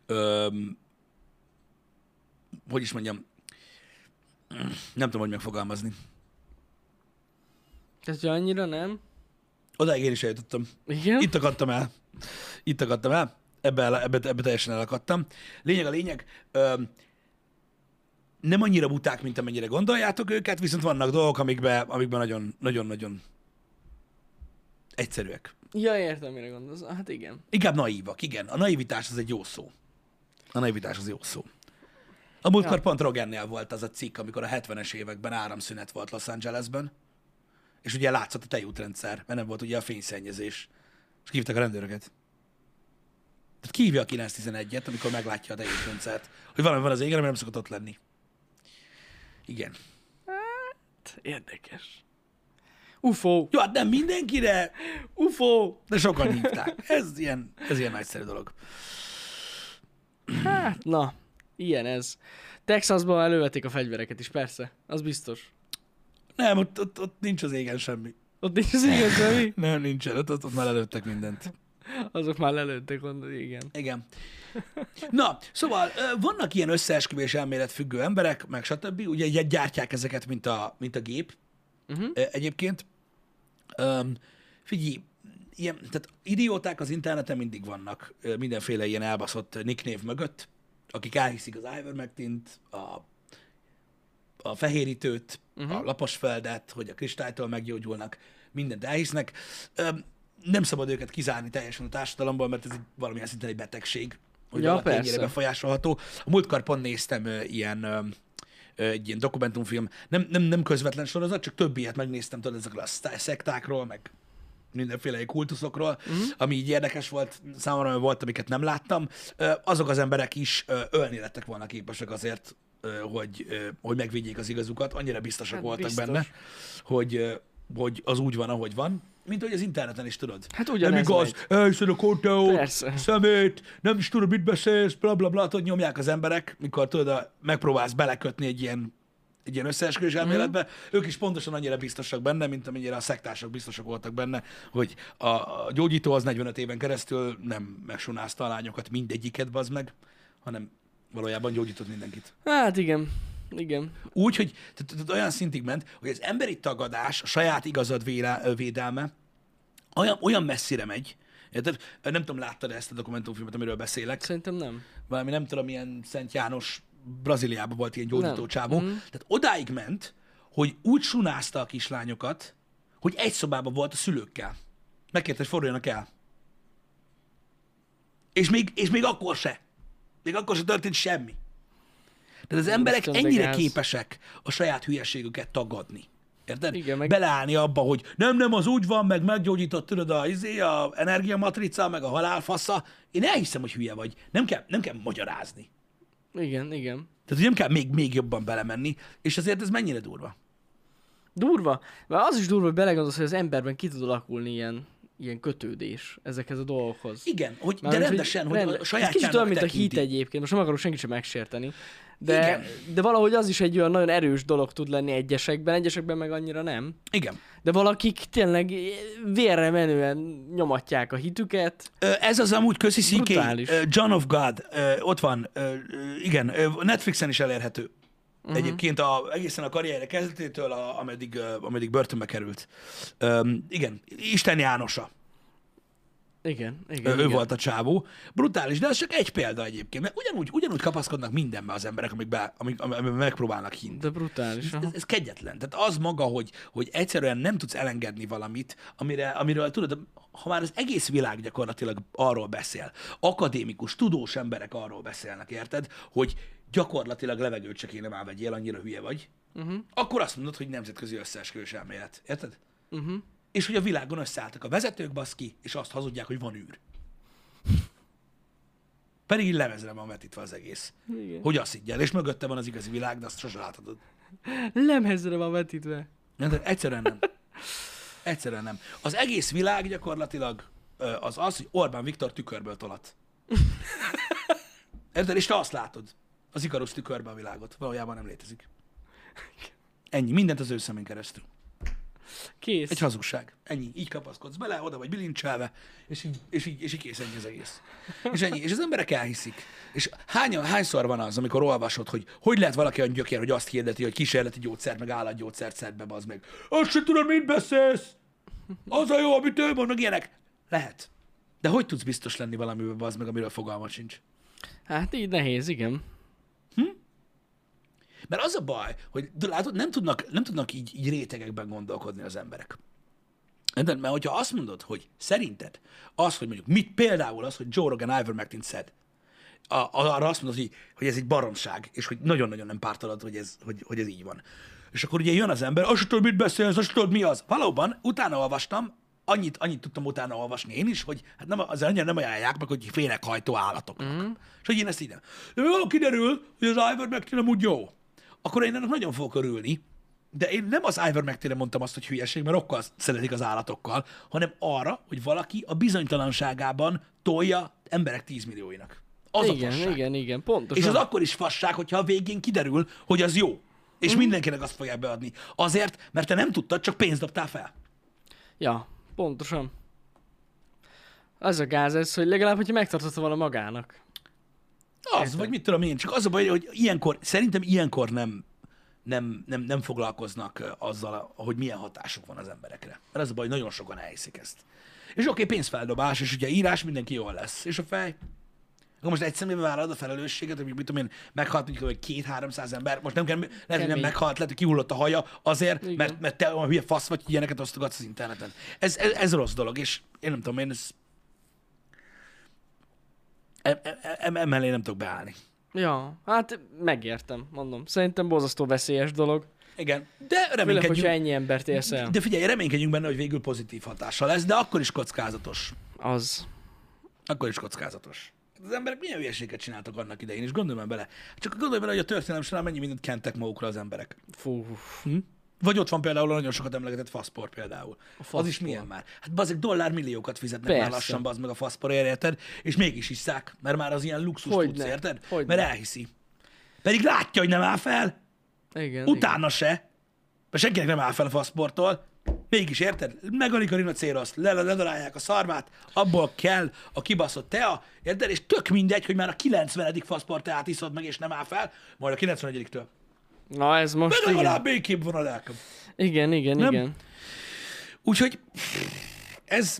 [SPEAKER 1] öm, hogy is mondjam, nem tudom, hogy megfogalmazni.
[SPEAKER 2] Ez ja, annyira nem?
[SPEAKER 1] Odáig én is eljutottam.
[SPEAKER 2] Igen?
[SPEAKER 1] Itt akadtam el. Itt akadtam el. Ebbe, el- ebbe, ebbe teljesen elakadtam. Lényeg a lényeg, öm, nem annyira buták, mint amennyire gondoljátok őket, viszont vannak dolgok, amikben amikben nagyon, nagyon, nagyon egyszerűek.
[SPEAKER 2] Ja, értem, mire gondolsz. Hát igen.
[SPEAKER 1] Inkább naívak, igen. A naivitás az egy jó szó. A naivitás az jó szó. A múltkor ja. pont Rogennél volt az a cikk, amikor a 70-es években áramszünet volt Los Angelesben, és ugye látszott a tejútrendszer, mert nem volt ugye a fényszennyezés. És kívták a rendőröket. Tehát kívja a 911-et, amikor meglátja a tejútrendszert, hogy valami van az égen, ami nem szokott ott lenni. Igen.
[SPEAKER 2] Érdekes. UFO!
[SPEAKER 1] Jó, hát nem mindenkire,
[SPEAKER 2] UFO!
[SPEAKER 1] de sokan hívták. Ez ilyen, ez ilyen nagyszerű dolog.
[SPEAKER 2] Hát na, ilyen ez. Texasban elővetik a fegyvereket is, persze. Az biztos.
[SPEAKER 1] Nem, ott, ott, ott nincs az égen semmi.
[SPEAKER 2] Ott nincs az igaz, semmi.
[SPEAKER 1] Nem, nincsen, ott, ott ott már előttek mindent.
[SPEAKER 2] Azok már lelőttek, gondolod, igen.
[SPEAKER 1] Igen. Na, szóval ö, vannak ilyen összeesküvés elmélet függő emberek, meg stb. Ugye így gyártják ezeket, mint a, mint a gép uh-huh. egyébként. Um, figyelj, ilyen, tehát idióták az interneten mindig vannak, ö, mindenféle ilyen elbaszott nicknév mögött, akik elhiszik az Ivermectint, a, a fehérítőt, uh-huh. a laposföldet, hogy a kristálytól meggyógyulnak, mindent elhisznek. Öm, nem szabad őket kizárni teljesen a társadalomból, mert ez egy, valamilyen szinten egy betegség, hogy
[SPEAKER 2] Ja,
[SPEAKER 1] ja, valaki
[SPEAKER 2] persze.
[SPEAKER 1] ennyire befolyásolható. A múltkor pont néztem ö, ilyen öm, ö, egy ilyen dokumentumfilm, nem, nem, nem közvetlen sorozat, csak több ilyet megnéztem, tudod, ezekről a sztá- szektákról, meg mindenféle kultuszokról, uh-huh. ami így érdekes volt számomra, mert volt, amiket nem láttam. Ö, Azok az emberek is ö, ölni lettek volna képesek azért, ö, hogy, ö, hogy megvédjék az igazukat. Annyira biztosak
[SPEAKER 2] Hát
[SPEAKER 1] voltak
[SPEAKER 2] biztos.
[SPEAKER 1] benne, hogy ö, hogy az úgy van, ahogy van, mint hogy az interneten is tudod.
[SPEAKER 2] Hát ugyanez
[SPEAKER 1] Nem igaz, elhiszed a konteó,
[SPEAKER 2] Persze.
[SPEAKER 1] szemét, nem is tudod, mit beszélsz, bla bla bla, tudod, nyomják az emberek, mikor tudod, a- megpróbálsz belekötni egy ilyen egy ilyen összeesküvés elméletbe, ők is pontosan annyira biztosak benne, mint amennyire a szektársak biztosak voltak benne, hogy a, a gyógyító az 45 éven keresztül nem megsunázta a lányokat mindegyiket, bazd meg, hanem valójában gyógyított mindenkit.
[SPEAKER 2] Hát igen, igen.
[SPEAKER 1] Úgy, hogy tehát- tehát olyan szintig ment, hogy az emberi tagadás, a saját igazad vélá- ö, védelme olyan, olyan messzire megy, Érted? Nem tudom, láttad ezt a dokumentumfilmet, amiről beszélek.
[SPEAKER 2] Szerintem nem.
[SPEAKER 1] Valami nem tudom, milyen Szent János Brazíliában volt ilyen gyógyító
[SPEAKER 2] Nem. Mhm.
[SPEAKER 1] csávó. Mm. Tehát odáig ment, hogy úgy sunázta a kislányokat, hogy egy szobában volt a szülőkkel. Megkérte, hogy forduljanak el. És még, és még akkor se. Még akkor se történt semmi. Tehát az emberek
[SPEAKER 2] Isten, de
[SPEAKER 1] ennyire
[SPEAKER 2] gáz.
[SPEAKER 1] képesek a saját hülyeségüket tagadni. Érted?
[SPEAKER 2] Igen, meg-
[SPEAKER 1] Beleállni abba, hogy nem, nem, az úgy van, meg meggyógyított, tudod, a, izé, a energiamatrica, meg a halálfasza. Én elhiszem, hogy hülye vagy. Nem kell, nem kell magyarázni.
[SPEAKER 2] Igen, igen.
[SPEAKER 1] Tehát, hogy nem kell még, még jobban belemenni, és azért ez mennyire durva.
[SPEAKER 2] Durva. Mert az is durva, hogy belegondolsz, hogy az emberben ki tud alakulni ilyen, ilyen kötődés ezekhez a dolgokhoz.
[SPEAKER 1] Igen, hogy, de
[SPEAKER 2] Mármint,
[SPEAKER 1] rendesen, hogy,
[SPEAKER 2] rende-
[SPEAKER 1] a
[SPEAKER 2] ez
[SPEAKER 1] sajátjának
[SPEAKER 2] Kicsit olyan, mint a
[SPEAKER 1] tekinti.
[SPEAKER 2] hit egyébként, most nem akarok senkit sem megsérteni. De,
[SPEAKER 1] Igen.
[SPEAKER 2] de valahogy az is egy olyan nagyon erős dolog tud lenni egyesekben, egyesekben meg annyira nem.
[SPEAKER 1] Igen.
[SPEAKER 2] De valakik tényleg vérre menően nyomatják a hitüket.
[SPEAKER 1] Ö, Ez az amúgy köszi CK,
[SPEAKER 2] Brutális.
[SPEAKER 1] ö, John of God, ö, ott van, ö, ö, igen, ö, Netflixen is elérhető.
[SPEAKER 2] Mhm.
[SPEAKER 1] Uh-huh. Egyébként a, egészen a karrierje kezdetétől, a, ameddig, ö, ameddig börtönbe került. Öm, igen, Isten Jánosa,
[SPEAKER 2] Igen, igen.
[SPEAKER 1] igen, ő
[SPEAKER 2] igen.
[SPEAKER 1] igen. volt a csávó. Brutális, de ez csak egy példa egyébként, mert ugyanúgy, ugyanúgy kapaszkodnak mindenbe az emberek, amik, be, amik, amik, amik megpróbálnak hinni.
[SPEAKER 2] De brutális.
[SPEAKER 1] ez,
[SPEAKER 2] Aha.
[SPEAKER 1] ez kegyetlen. Tehát az maga, hogy, hogy egyszerűen nem tudsz elengedni valamit, amire, amiről tudod, ha már az egész világ gyakorlatilag arról beszél, akadémikus, tudós emberek arról beszélnek, érted, hogy gyakorlatilag levegőt se kéne már vegyél, annyira hülye vagy,
[SPEAKER 2] Mhm.
[SPEAKER 1] uh-huh. akkor azt mondod, hogy nemzetközi összeesküvés elmélet, érted?
[SPEAKER 2] Uh-huh.
[SPEAKER 1] És hogy a világon összeálltak a vezetők, baszki, és azt hazudják, hogy van űr. Pedig így lemezre van vetítve az egész.
[SPEAKER 2] Igen.
[SPEAKER 1] Hogy azt higgyel, és mögötte van az igazi világ, de azt sose láthatod.
[SPEAKER 2] Lemezre van vetítve.
[SPEAKER 1] Nem, de egyszerűen nem. Egyszerűen nem. Az egész világ gyakorlatilag ö, az az, hogy Orbán Viktor tükörből tolat. Érted? És te azt látod. Az Ikarusz tükörben a világot. Valójában nem létezik. Ennyi. Mindent az ő szemén keresztül.
[SPEAKER 2] Kész.
[SPEAKER 1] Egy hazugság. Ennyi. Így kapaszkodsz bele, oda vagy bilincselve, és így, és így, és így kész ennyi az egész. És ennyi. És az emberek elhiszik. És hány, hányszor van az, amikor olvasod, hogy hogy lehet valaki olyan gyökér, hogy azt hirdeti, hogy kísérleti gyógyszert, meg állatgyógyszert szed be, bazd meg. Azt se tudod, mit beszélsz! Az a jó, amit ő mond, meg ilyenek. Lehet. De hogy tudsz biztos lenni valamiben, bazd meg, amiről fogalmat sincs?
[SPEAKER 2] Hát így nehéz, igen.
[SPEAKER 1] Mert az a baj, hogy de látod, nem tudnak, nem tudnak így, így rétegekben gondolkodni az emberek. Érted? Mert hogyha azt mondod, hogy szerinted az, hogy mondjuk mit például az, hogy Joe Rogan Ivermectin szed, a, a- arra azt mondod, hogy, hogy ez egy baromság, és hogy nagyon-nagyon nem pártolod, hogy ez, hogy, hogy ez így van. És akkor ugye jön az ember, azt se tudod, mit beszélsz, azt se tudod, mi az. Valóban, utána olvastam, annyit, annyit tudtam utána olvasni én is, hogy hát nem, az annyira nem ajánlják meg, hogy féleghajtó állatoknak. Mm. És hogy én ezt így nem. De valahol kiderül, hogy az Ivermectin amúgy jó. Akkor én ennek nagyon fogok örülni, de én nem az Ivermectinre mondtam azt, hogy hülyeség, mert okkal szeretik az állatokkal, hanem arra, hogy valaki a bizonytalanságában tolja emberek 10 millióinak. Az a
[SPEAKER 2] Igen,
[SPEAKER 1] fasság.
[SPEAKER 2] igen, igen, pontosan.
[SPEAKER 1] És az akkor is fasság, hogyha a végén kiderül, hogy az jó.
[SPEAKER 2] Mhm.
[SPEAKER 1] És mindenkinek azt fogják beadni. Azért, mert te nem tudtad, csak pénzt dobtál fel.
[SPEAKER 2] Ja, pontosan. Az a gáz ez, hogy legalább, hogyha megtartotta volna magának.
[SPEAKER 1] Az, vagy mit tudom én. Csak az a baj, hogy ilyenkor, szerintem ilyenkor nem, nem, nem, nem foglalkoznak ö, azzal, hogy milyen hatásuk van az emberekre. Mert az a baj, hogy nagyon sokan elhiszik ezt. És oké, okay, pénzfeldobás, és ugye írás, mindenki jól lesz. És a fej? Akkor most egy személyben vállalod a felelősséget, hogy mit tudom én, meghalt mondjuk vagy két-háromszáz ember, most nem kell, lehet, hogy nem
[SPEAKER 2] Kemény.
[SPEAKER 1] meghalt, lehet, hogy kihullott a haja azért,
[SPEAKER 2] Igen.
[SPEAKER 1] mert, mert te olyan hülye fasz vagy, hogy ilyeneket osztogatsz az interneten. Ez, ez, ez rossz dolog, és én nem tudom, én ez... Em, em- em, emellé nem tudok beállni.
[SPEAKER 2] Ja, hát megértem, mondom. Szerintem borzasztó veszélyes dolog.
[SPEAKER 1] Igen, de
[SPEAKER 2] Főleg, hogyha
[SPEAKER 1] reménykedjünk,
[SPEAKER 2] ennyi embert érsz el.
[SPEAKER 1] de figyelj, reménykedjünk benne, hogy végül pozitív hatása lesz, de akkor is kockázatos.
[SPEAKER 2] Az.
[SPEAKER 1] Akkor is kockázatos. Az emberek milyen hülyeséget csináltak annak idején, és gondolj már bele. Csak gondolj bele, hogy a történelem során mennyi mindent kentek magukra az emberek.
[SPEAKER 2] Fú.
[SPEAKER 1] Vagy ott van például a nagyon sokat emlegetett faszpor például. A
[SPEAKER 2] faszpor.
[SPEAKER 1] Az is milyen már? Hát bazeg dollármilliókat fizetnek Persze. már
[SPEAKER 2] Persze.
[SPEAKER 1] lassan, bazd meg a faszporért, érted? És mégis hiszák, mert már az ilyen luxus
[SPEAKER 2] Hogyne,
[SPEAKER 1] tudsz, érted?
[SPEAKER 2] hogyne.
[SPEAKER 1] mert elhiszi. Pedig látja, hogy nem áll fel,
[SPEAKER 2] Igen, igen.
[SPEAKER 1] utána se, mert senkinek nem áll fel a faszporttól, mégis érted? Megalik a rinocéroszt, le- le- ledarálják a szarvát, abból kell a kibaszott tea, érted? És tök mindegy, hogy már a 90. faszport teát iszod meg, és nem áll fel, majd a 91-től.
[SPEAKER 2] Na ez most
[SPEAKER 1] De
[SPEAKER 2] igen.
[SPEAKER 1] legalább békébb van a lelkem.
[SPEAKER 2] Igen, igen,
[SPEAKER 1] Nem?
[SPEAKER 2] igen.
[SPEAKER 1] Úgyhogy ez,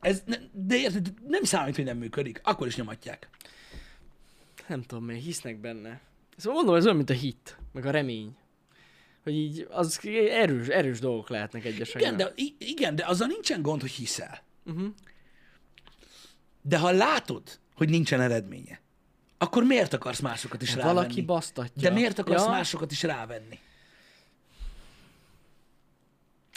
[SPEAKER 1] ez ne, de érted, nem számít, hogy nem működik, akkor is nyomatják.
[SPEAKER 2] Nem tudom, miért hisznek benne. Szóval mondom, ez olyan, mint a hit, meg a remény. Hogy így, az erős, erős dolgok lehetnek egyesekben.
[SPEAKER 1] Igen, de, i- igen, de azzal nincsen gond, hogy hiszel. Uh-huh.
[SPEAKER 2] Mhm.
[SPEAKER 1] De ha látod, hogy nincsen eredménye, akkor miért akarsz másokat is rávenni?
[SPEAKER 2] Hát Valaki basztatja.
[SPEAKER 1] De miért akarsz másokat is rávenni?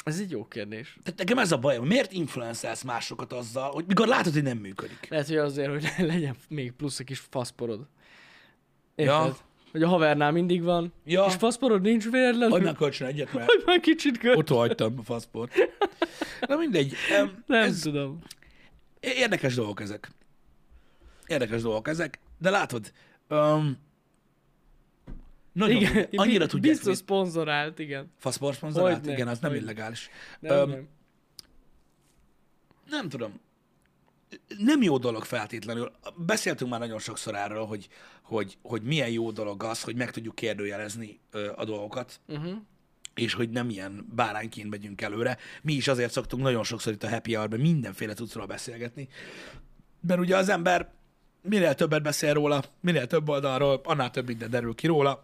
[SPEAKER 2] Ez egy jó kérdés.
[SPEAKER 1] Tehát nekem ez a bajom, miért influencelsz másokat azzal, hogy mikor látod, hogy nem működik?
[SPEAKER 2] Lehet, hogy azért, hogy legyen még plusz egy kis faszporod. Érted?
[SPEAKER 1] Ja.
[SPEAKER 2] Ja. Hogy a havernál mindig van,
[SPEAKER 1] Ja.
[SPEAKER 2] és faszporod nincs véletlenül,
[SPEAKER 1] Hogy
[SPEAKER 2] hogy
[SPEAKER 1] meg kölcsön egyet, mert
[SPEAKER 2] már kicsit kö...
[SPEAKER 1] ott hagytam a faszport. Na mindegy. em,
[SPEAKER 2] Nem
[SPEAKER 1] ez-
[SPEAKER 2] tudom.
[SPEAKER 1] Érdekes dolgok ezek. Érdekes dolgok ezek, de látod, um, nagyon,
[SPEAKER 2] Igen,
[SPEAKER 1] annyira
[SPEAKER 2] bi-
[SPEAKER 1] tudják,
[SPEAKER 2] Biztos
[SPEAKER 1] biztos...
[SPEAKER 2] szponzorált, igen.
[SPEAKER 1] faszporszponzorát,
[SPEAKER 2] Hogyne,
[SPEAKER 1] igen, az nem
[SPEAKER 2] hogyne.
[SPEAKER 1] illegális.
[SPEAKER 2] Nem,
[SPEAKER 1] Öm,
[SPEAKER 2] nem.
[SPEAKER 1] Nem tudom. Nem jó dolog feltétlenül. Beszéltünk már nagyon sokszor arról, hogy, hogy, hogy milyen jó dolog az, hogy meg tudjuk kérdőjelezni ö, a dolgokat, uh-huh. és hogy nem ilyen bárányként megyünk előre. Mi is azért szoktunk nagyon sokszor itt a Happy Hour-ben mindenféle cuccról beszélgetni, mert ugye az ember minél többet beszél róla, minél több oldalról, annál több minden derül ki róla,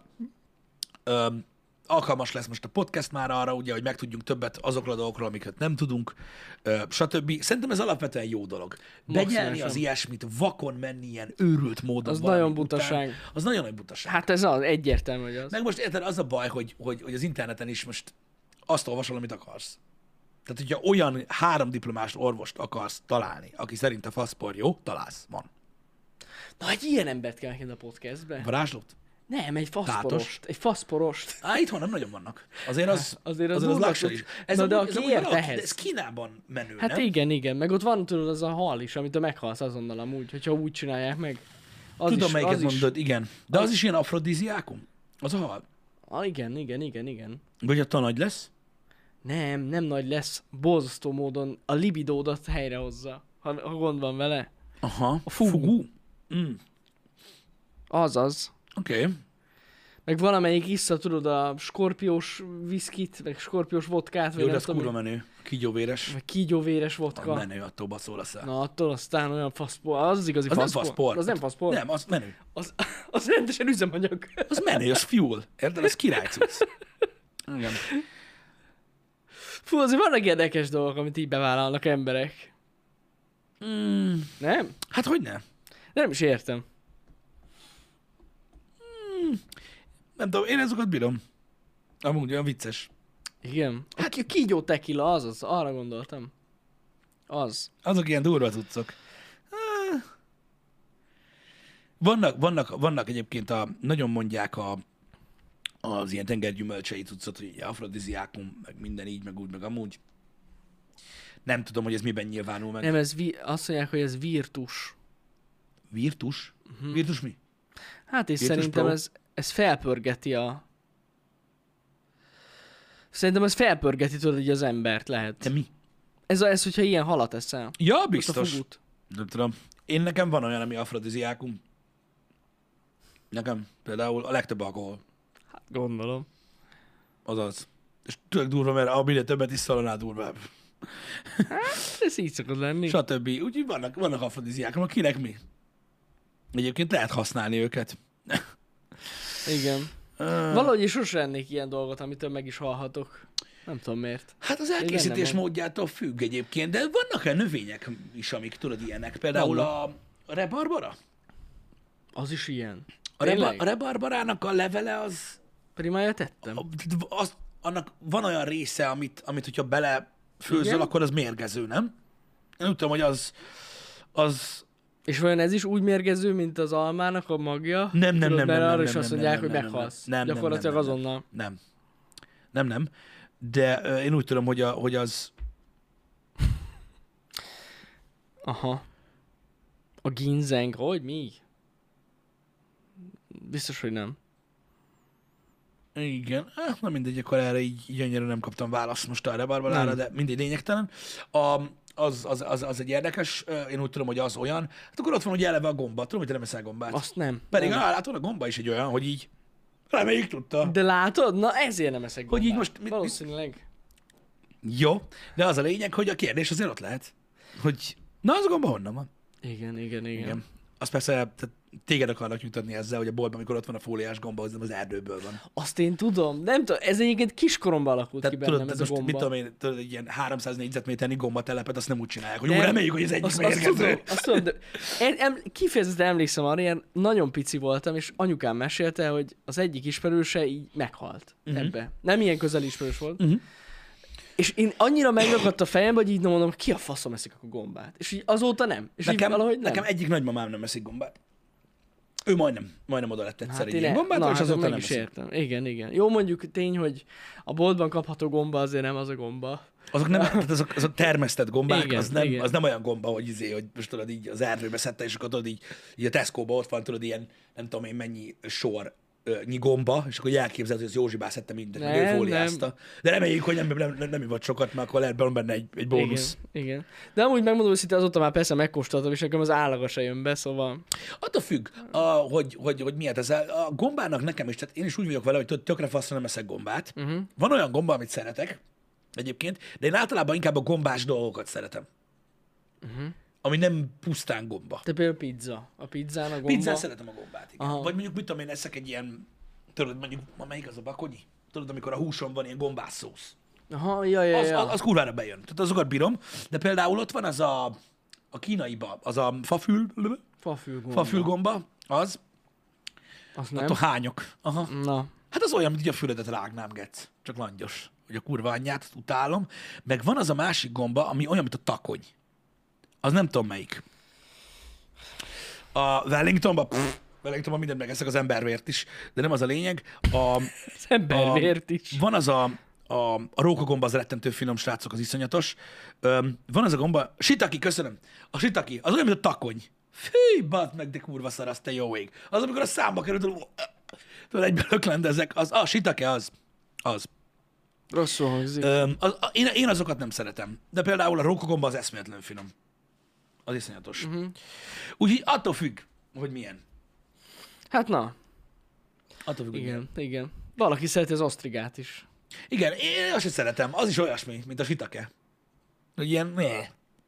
[SPEAKER 1] Öm, alkalmas lesz most a podcast már arra, ugye, hogy megtudjunk többet azokról a dolgokról, amiket nem tudunk, ö, stb. Szerintem ez alapvetően jó dolog. Begyelni
[SPEAKER 2] Maximálisan.
[SPEAKER 1] az ilyesmit, vakon menni ilyen őrült módon.
[SPEAKER 2] Az
[SPEAKER 1] valami
[SPEAKER 2] nagyon butaság.
[SPEAKER 1] Után, az nagyon nagy butaság.
[SPEAKER 2] Hát ez az, egyértelmű, hogy az.
[SPEAKER 1] Meg most érted, az a baj, hogy, hogy, hogy az interneten is most azt olvasol, amit akarsz. Tehát, hogyha olyan három diplomás orvost akarsz találni, aki szerint a faszpor jó, találsz, van.
[SPEAKER 2] Na, egy ilyen embert kell neked a podcastbe.
[SPEAKER 1] Varázslót?
[SPEAKER 2] Nem, egy
[SPEAKER 1] Tátos?
[SPEAKER 2] faszporost. Egy faszporost.
[SPEAKER 1] Á, itthon nem nagyon vannak. Azért az,
[SPEAKER 2] azért az
[SPEAKER 1] azért az
[SPEAKER 2] durva
[SPEAKER 1] luxury
[SPEAKER 2] cucc.
[SPEAKER 1] is. Ez
[SPEAKER 2] Na, de
[SPEAKER 1] amúgy-
[SPEAKER 2] aki
[SPEAKER 1] amúgy
[SPEAKER 2] ért
[SPEAKER 1] valahogy-
[SPEAKER 2] ehhez.
[SPEAKER 1] de Ez Kínában menő,
[SPEAKER 2] Hát
[SPEAKER 1] nem?
[SPEAKER 2] nem? igen, igen. Meg ott van, tudod, az a hal is, amit a meghalsz azonnal amúgy, hogyha úgy csinálják meg. Az
[SPEAKER 1] Tudom,
[SPEAKER 2] is,
[SPEAKER 1] melyiket
[SPEAKER 2] az is.
[SPEAKER 1] mondod, igen. De az, is ilyen afrodiziákum? Az a hal.
[SPEAKER 2] Ah, igen, igen, igen, igen.
[SPEAKER 1] Vagy a tanagy lesz?
[SPEAKER 2] Nem, nem nagy lesz. Borzasztó módon a libidódat helyrehozza, ha, ha gond van vele.
[SPEAKER 1] Aha. A
[SPEAKER 2] fugu.
[SPEAKER 1] Mm.
[SPEAKER 2] Azaz.
[SPEAKER 1] Oké. Okay.
[SPEAKER 2] Meg valamelyik issza, tudod, a skorpiós viszkit, meg skorpiós vodkát, vagy
[SPEAKER 1] Jó, de
[SPEAKER 2] nem
[SPEAKER 1] az
[SPEAKER 2] tudom,
[SPEAKER 1] kurva
[SPEAKER 2] mi-
[SPEAKER 1] menő. Kígyóvéres.
[SPEAKER 2] vagy kígyóvéres
[SPEAKER 1] A
[SPEAKER 2] vodka.
[SPEAKER 1] menő, attól baszol a szál.
[SPEAKER 2] Na, attól aztán olyan faszpor. Az, az igazi
[SPEAKER 1] Az nem
[SPEAKER 2] faszpor.
[SPEAKER 1] faszpor. Hát
[SPEAKER 2] Az nem faszpor.
[SPEAKER 1] Nem, az menő.
[SPEAKER 2] Az, az rendesen üzemanyag.
[SPEAKER 1] Az menő, az fuel. Érted? Az királycuc. Igen.
[SPEAKER 2] Fú, azért vannak érdekes dolgok, amit így bevállalnak emberek.
[SPEAKER 1] Mm.
[SPEAKER 2] Hmm. Nem?
[SPEAKER 1] Hát hogy ne?
[SPEAKER 2] Nem is értem.
[SPEAKER 1] Nem tudom, én azokat bírom. Amúgy olyan vicces.
[SPEAKER 2] Igen. Hát a kígyó tekila, az az, arra gondoltam. Az.
[SPEAKER 1] Azok ilyen durva cuccok. Ah. Vannak, vannak, vannak egyébként a, nagyon mondják a, az ilyen tengergyümölcsei cuccot, hogy afrodiziákum, meg minden így, meg úgy, meg amúgy. Nem tudom, hogy ez miben nyilvánul meg. Nem.
[SPEAKER 2] Nem, ez vi- azt mondják, hogy ez virtus.
[SPEAKER 1] Virtus? Uh-huh. Virtus mi?
[SPEAKER 2] Hát és
[SPEAKER 1] Virtus
[SPEAKER 2] szerintem
[SPEAKER 1] Pro?
[SPEAKER 2] ez, ez felpörgeti a... Szerintem ez felpörgeti tudod így az embert lehet.
[SPEAKER 1] De mi?
[SPEAKER 2] Ez, a, ez hogyha ilyen halat eszel.
[SPEAKER 1] Ja,
[SPEAKER 2] Azt a
[SPEAKER 1] biztos.
[SPEAKER 2] fugút.
[SPEAKER 1] Nem tudom. Én nekem van olyan, ami afrodiziákum. Nekem például a legtöbb alkohol.
[SPEAKER 2] Hát gondolom.
[SPEAKER 1] Az az. És tök durva, mert a minél többet iszol, annál durvább.
[SPEAKER 2] Ez így szokott lenni.
[SPEAKER 1] stb. Úgyhogy vannak, vannak afrodiziák, akinek mi. Egyébként lehet használni őket.
[SPEAKER 2] Igen.
[SPEAKER 1] Ah.
[SPEAKER 2] Valahogy én sose ennék ilyen dolgot, amitől meg is halhatok. Nem tudom miért.
[SPEAKER 1] Hát az
[SPEAKER 2] Igen,
[SPEAKER 1] elkészítés
[SPEAKER 2] nem van.
[SPEAKER 1] módjától függ egyébként, de vannak olyan növények is, amik tudod ilyenek. Például a, a rebarbara?
[SPEAKER 2] Az is ilyen.
[SPEAKER 1] A, reba,
[SPEAKER 2] Tényleg?
[SPEAKER 1] a rebarbarának a levele az,
[SPEAKER 2] Primája tettem?
[SPEAKER 1] a- az annak van olyan része, amit, amit hogyha bele főzöl,
[SPEAKER 2] Igen?
[SPEAKER 1] akkor az mérgező, nem? Én úgy tudom, hogy az, az,
[SPEAKER 2] És vajon ez is úgy mérgező, mint az almának a magja?
[SPEAKER 1] Nem, nem,
[SPEAKER 2] Tudod,
[SPEAKER 1] nem,
[SPEAKER 2] mert
[SPEAKER 1] nem,
[SPEAKER 2] arra
[SPEAKER 1] nem,
[SPEAKER 2] is
[SPEAKER 1] nem,
[SPEAKER 2] azt
[SPEAKER 1] nem,
[SPEAKER 2] mondják,
[SPEAKER 1] nem,
[SPEAKER 2] hogy
[SPEAKER 1] nem, nem,
[SPEAKER 2] meghalsz.
[SPEAKER 1] nem, nem, nem,
[SPEAKER 2] Gyakorlatilag
[SPEAKER 1] nem, nem.
[SPEAKER 2] azonnal.
[SPEAKER 1] Nem. nem, nem. De ö, én úgy tudom, hogy, a, hogy az...
[SPEAKER 2] Aha. A ginzeng, hogy mi? Biztos, hogy nem.
[SPEAKER 1] Igen, eh, na mindegy, akkor erre így, így annyira nem kaptam választ most erre Barbarára,
[SPEAKER 2] Nem.
[SPEAKER 1] de mindegy lényegtelen. A, az, az, az, az, egy érdekes, ö, én úgy tudom, hogy az olyan. Hát akkor ott van ugye eleve a gomba, tudom, hogy te nem eszel gombát.
[SPEAKER 2] Azt nem.
[SPEAKER 1] Pedig
[SPEAKER 2] nem.
[SPEAKER 1] ah, látod, a gomba is egy olyan, hogy így reméljük tudta.
[SPEAKER 2] De látod? Na ezért nem eszek
[SPEAKER 1] Hogy így
[SPEAKER 2] gombát.
[SPEAKER 1] most mit- mit-
[SPEAKER 2] Valószínűleg.
[SPEAKER 1] Jó, de az a lényeg, hogy a kérdés azért ott lehet, hogy na az a gomba honnan van.
[SPEAKER 2] Igen, igen, igen.
[SPEAKER 1] Igen. Azt persze tehát téged akarnak nyugtatni ezzel, hogy a boltban, amikor ott van a fóliás gomba, az nem az erdőből van.
[SPEAKER 2] Azt én tudom. Nem tudom, ez egyébként kiskoromban alakult
[SPEAKER 1] Tehát
[SPEAKER 2] ki bennem
[SPEAKER 1] tudod,
[SPEAKER 2] ez
[SPEAKER 1] tehát
[SPEAKER 2] a
[SPEAKER 1] most
[SPEAKER 2] gomba.
[SPEAKER 1] mit tudom én, tudod, egy ilyen 300 négyzetméternyi gombatelepet, azt nem úgy csinálják, hogy
[SPEAKER 2] Nem.
[SPEAKER 1] jó, reméljük, hogy ez egyik
[SPEAKER 2] Azt, azt tudom,
[SPEAKER 1] mérgező.
[SPEAKER 2] azt tudom, de én, em, kifejezetten emlékszem arra, ilyen nagyon pici voltam, és anyukám mesélte, hogy az egyik ismerőse így meghalt
[SPEAKER 1] Mhm.
[SPEAKER 2] uh-huh. ebbe. Nem ilyen közel ismerős volt. Uh-huh. És én annyira megragadt a fejem, hogy így nem mondom, ki a faszom eszik a gombát. És így azóta nem. És
[SPEAKER 1] Nekem,
[SPEAKER 2] így valahogy nem.
[SPEAKER 1] nekem egyik nagymamám nem eszik gombát. Ő majdnem, majdnem oda lett egyszer egy ilyen
[SPEAKER 2] e-
[SPEAKER 1] gombától, és
[SPEAKER 2] hát
[SPEAKER 1] azóta
[SPEAKER 2] meg
[SPEAKER 1] nem
[SPEAKER 2] is
[SPEAKER 1] eszik.
[SPEAKER 2] értem. Igen, igen. Jó, mondjuk tény, hogy a boltban kapható gomba azért nem az a gomba.
[SPEAKER 1] Azok nem, tehát azok, azok termesztett gombák,
[SPEAKER 2] Igen,
[SPEAKER 1] az, nem,
[SPEAKER 2] igen.
[SPEAKER 1] az nem olyan gomba, hogy izé, hogy most tudod így az erdőbe szedte, és akkor tudod így, így a Tesco-ba ott van, tudod ilyen, nem tudom én mennyi sor ö, nyi gomba, és akkor így elképzeled, hogy az Józsibá szedte mindent, meg ő
[SPEAKER 2] Nem,
[SPEAKER 1] fóliázta. De reméljük, hogy nem, nem, nem, nem ivott sokat, mert akkor lehet benne egy, egy bónusz.
[SPEAKER 2] Igen, igen. De amúgy megmondom, hogy azóta már persze megkóstoltam, és nekem az állaga se jön be, szóval...
[SPEAKER 1] Attól függ, a, hogy, hogy, hogy miért ez. A gombának nekem is, tehát én is úgy vagyok vele, hogy tudod, tökre faszra nem eszek gombát.
[SPEAKER 2] Mhm.
[SPEAKER 1] Uh-huh. Van olyan gomba, amit szeretek egyébként, de én általában inkább a gombás dolgokat szeretem. Uh-huh.
[SPEAKER 2] Mhm.
[SPEAKER 1] Ami nem pusztán gomba.
[SPEAKER 2] Te például pizza. A pizzán a gomba.
[SPEAKER 1] Pizzán szeretem a gombát, igen.
[SPEAKER 2] Aha.
[SPEAKER 1] Vagy mondjuk, mit tudom én, eszek egy ilyen, tudod, mondjuk, ma melyik az a bakonyi? Tudod, amikor a húson van ilyen gombás szósz.
[SPEAKER 2] Aha, ja, ja,
[SPEAKER 1] Az,
[SPEAKER 2] ja.
[SPEAKER 1] az, az kurvára bejön. Tehát azokat bírom, de például ott van az a, a kínaiba, az a fafül,
[SPEAKER 2] Fafülgomba.
[SPEAKER 1] fafülgomba, az,
[SPEAKER 2] Az nem?
[SPEAKER 1] attól hányok. Aha.
[SPEAKER 2] Na.
[SPEAKER 1] Hát az olyan, mint így a füledet rágnám, Getsz. Csak langyos. Hogy a kurva anyját azt utálom. Meg van az a másik gomba, ami olyan, mint a takony. Az nem tudom melyik. A Wellingtonban, pff, Wellingtonban mindent megeszek, az embervért is, de nem az a lényeg. A,
[SPEAKER 2] Az embervért
[SPEAKER 1] a-
[SPEAKER 2] is.
[SPEAKER 1] Van az a, a, a rókagomba, az rettentő finom, srácok, az iszonyatos. Öm, van az a gomba, sitaki, köszönöm. A sitaki, az olyan, mint a takony. Fű, bazd meg, de kurva szar, az te jó ég. Az, amikor a számba került, tudod, tudod, egyben öklendezek, az, a sitake, az, az.
[SPEAKER 2] Rosszul hangzik.
[SPEAKER 1] Öm, az a, én, én, azokat nem szeretem. De például a rókagomba az eszméletlen finom. Az iszonyatos. Uh-huh. Úgyhogy attól függ, hogy milyen.
[SPEAKER 2] Hát na.
[SPEAKER 1] Attól függ, Igen.
[SPEAKER 2] Igen, igen. Valaki szereti az osztrigát is.
[SPEAKER 1] Igen, én azt is szeretem. Az is olyasmi, mint a sitake. Hogy ilyen, ne.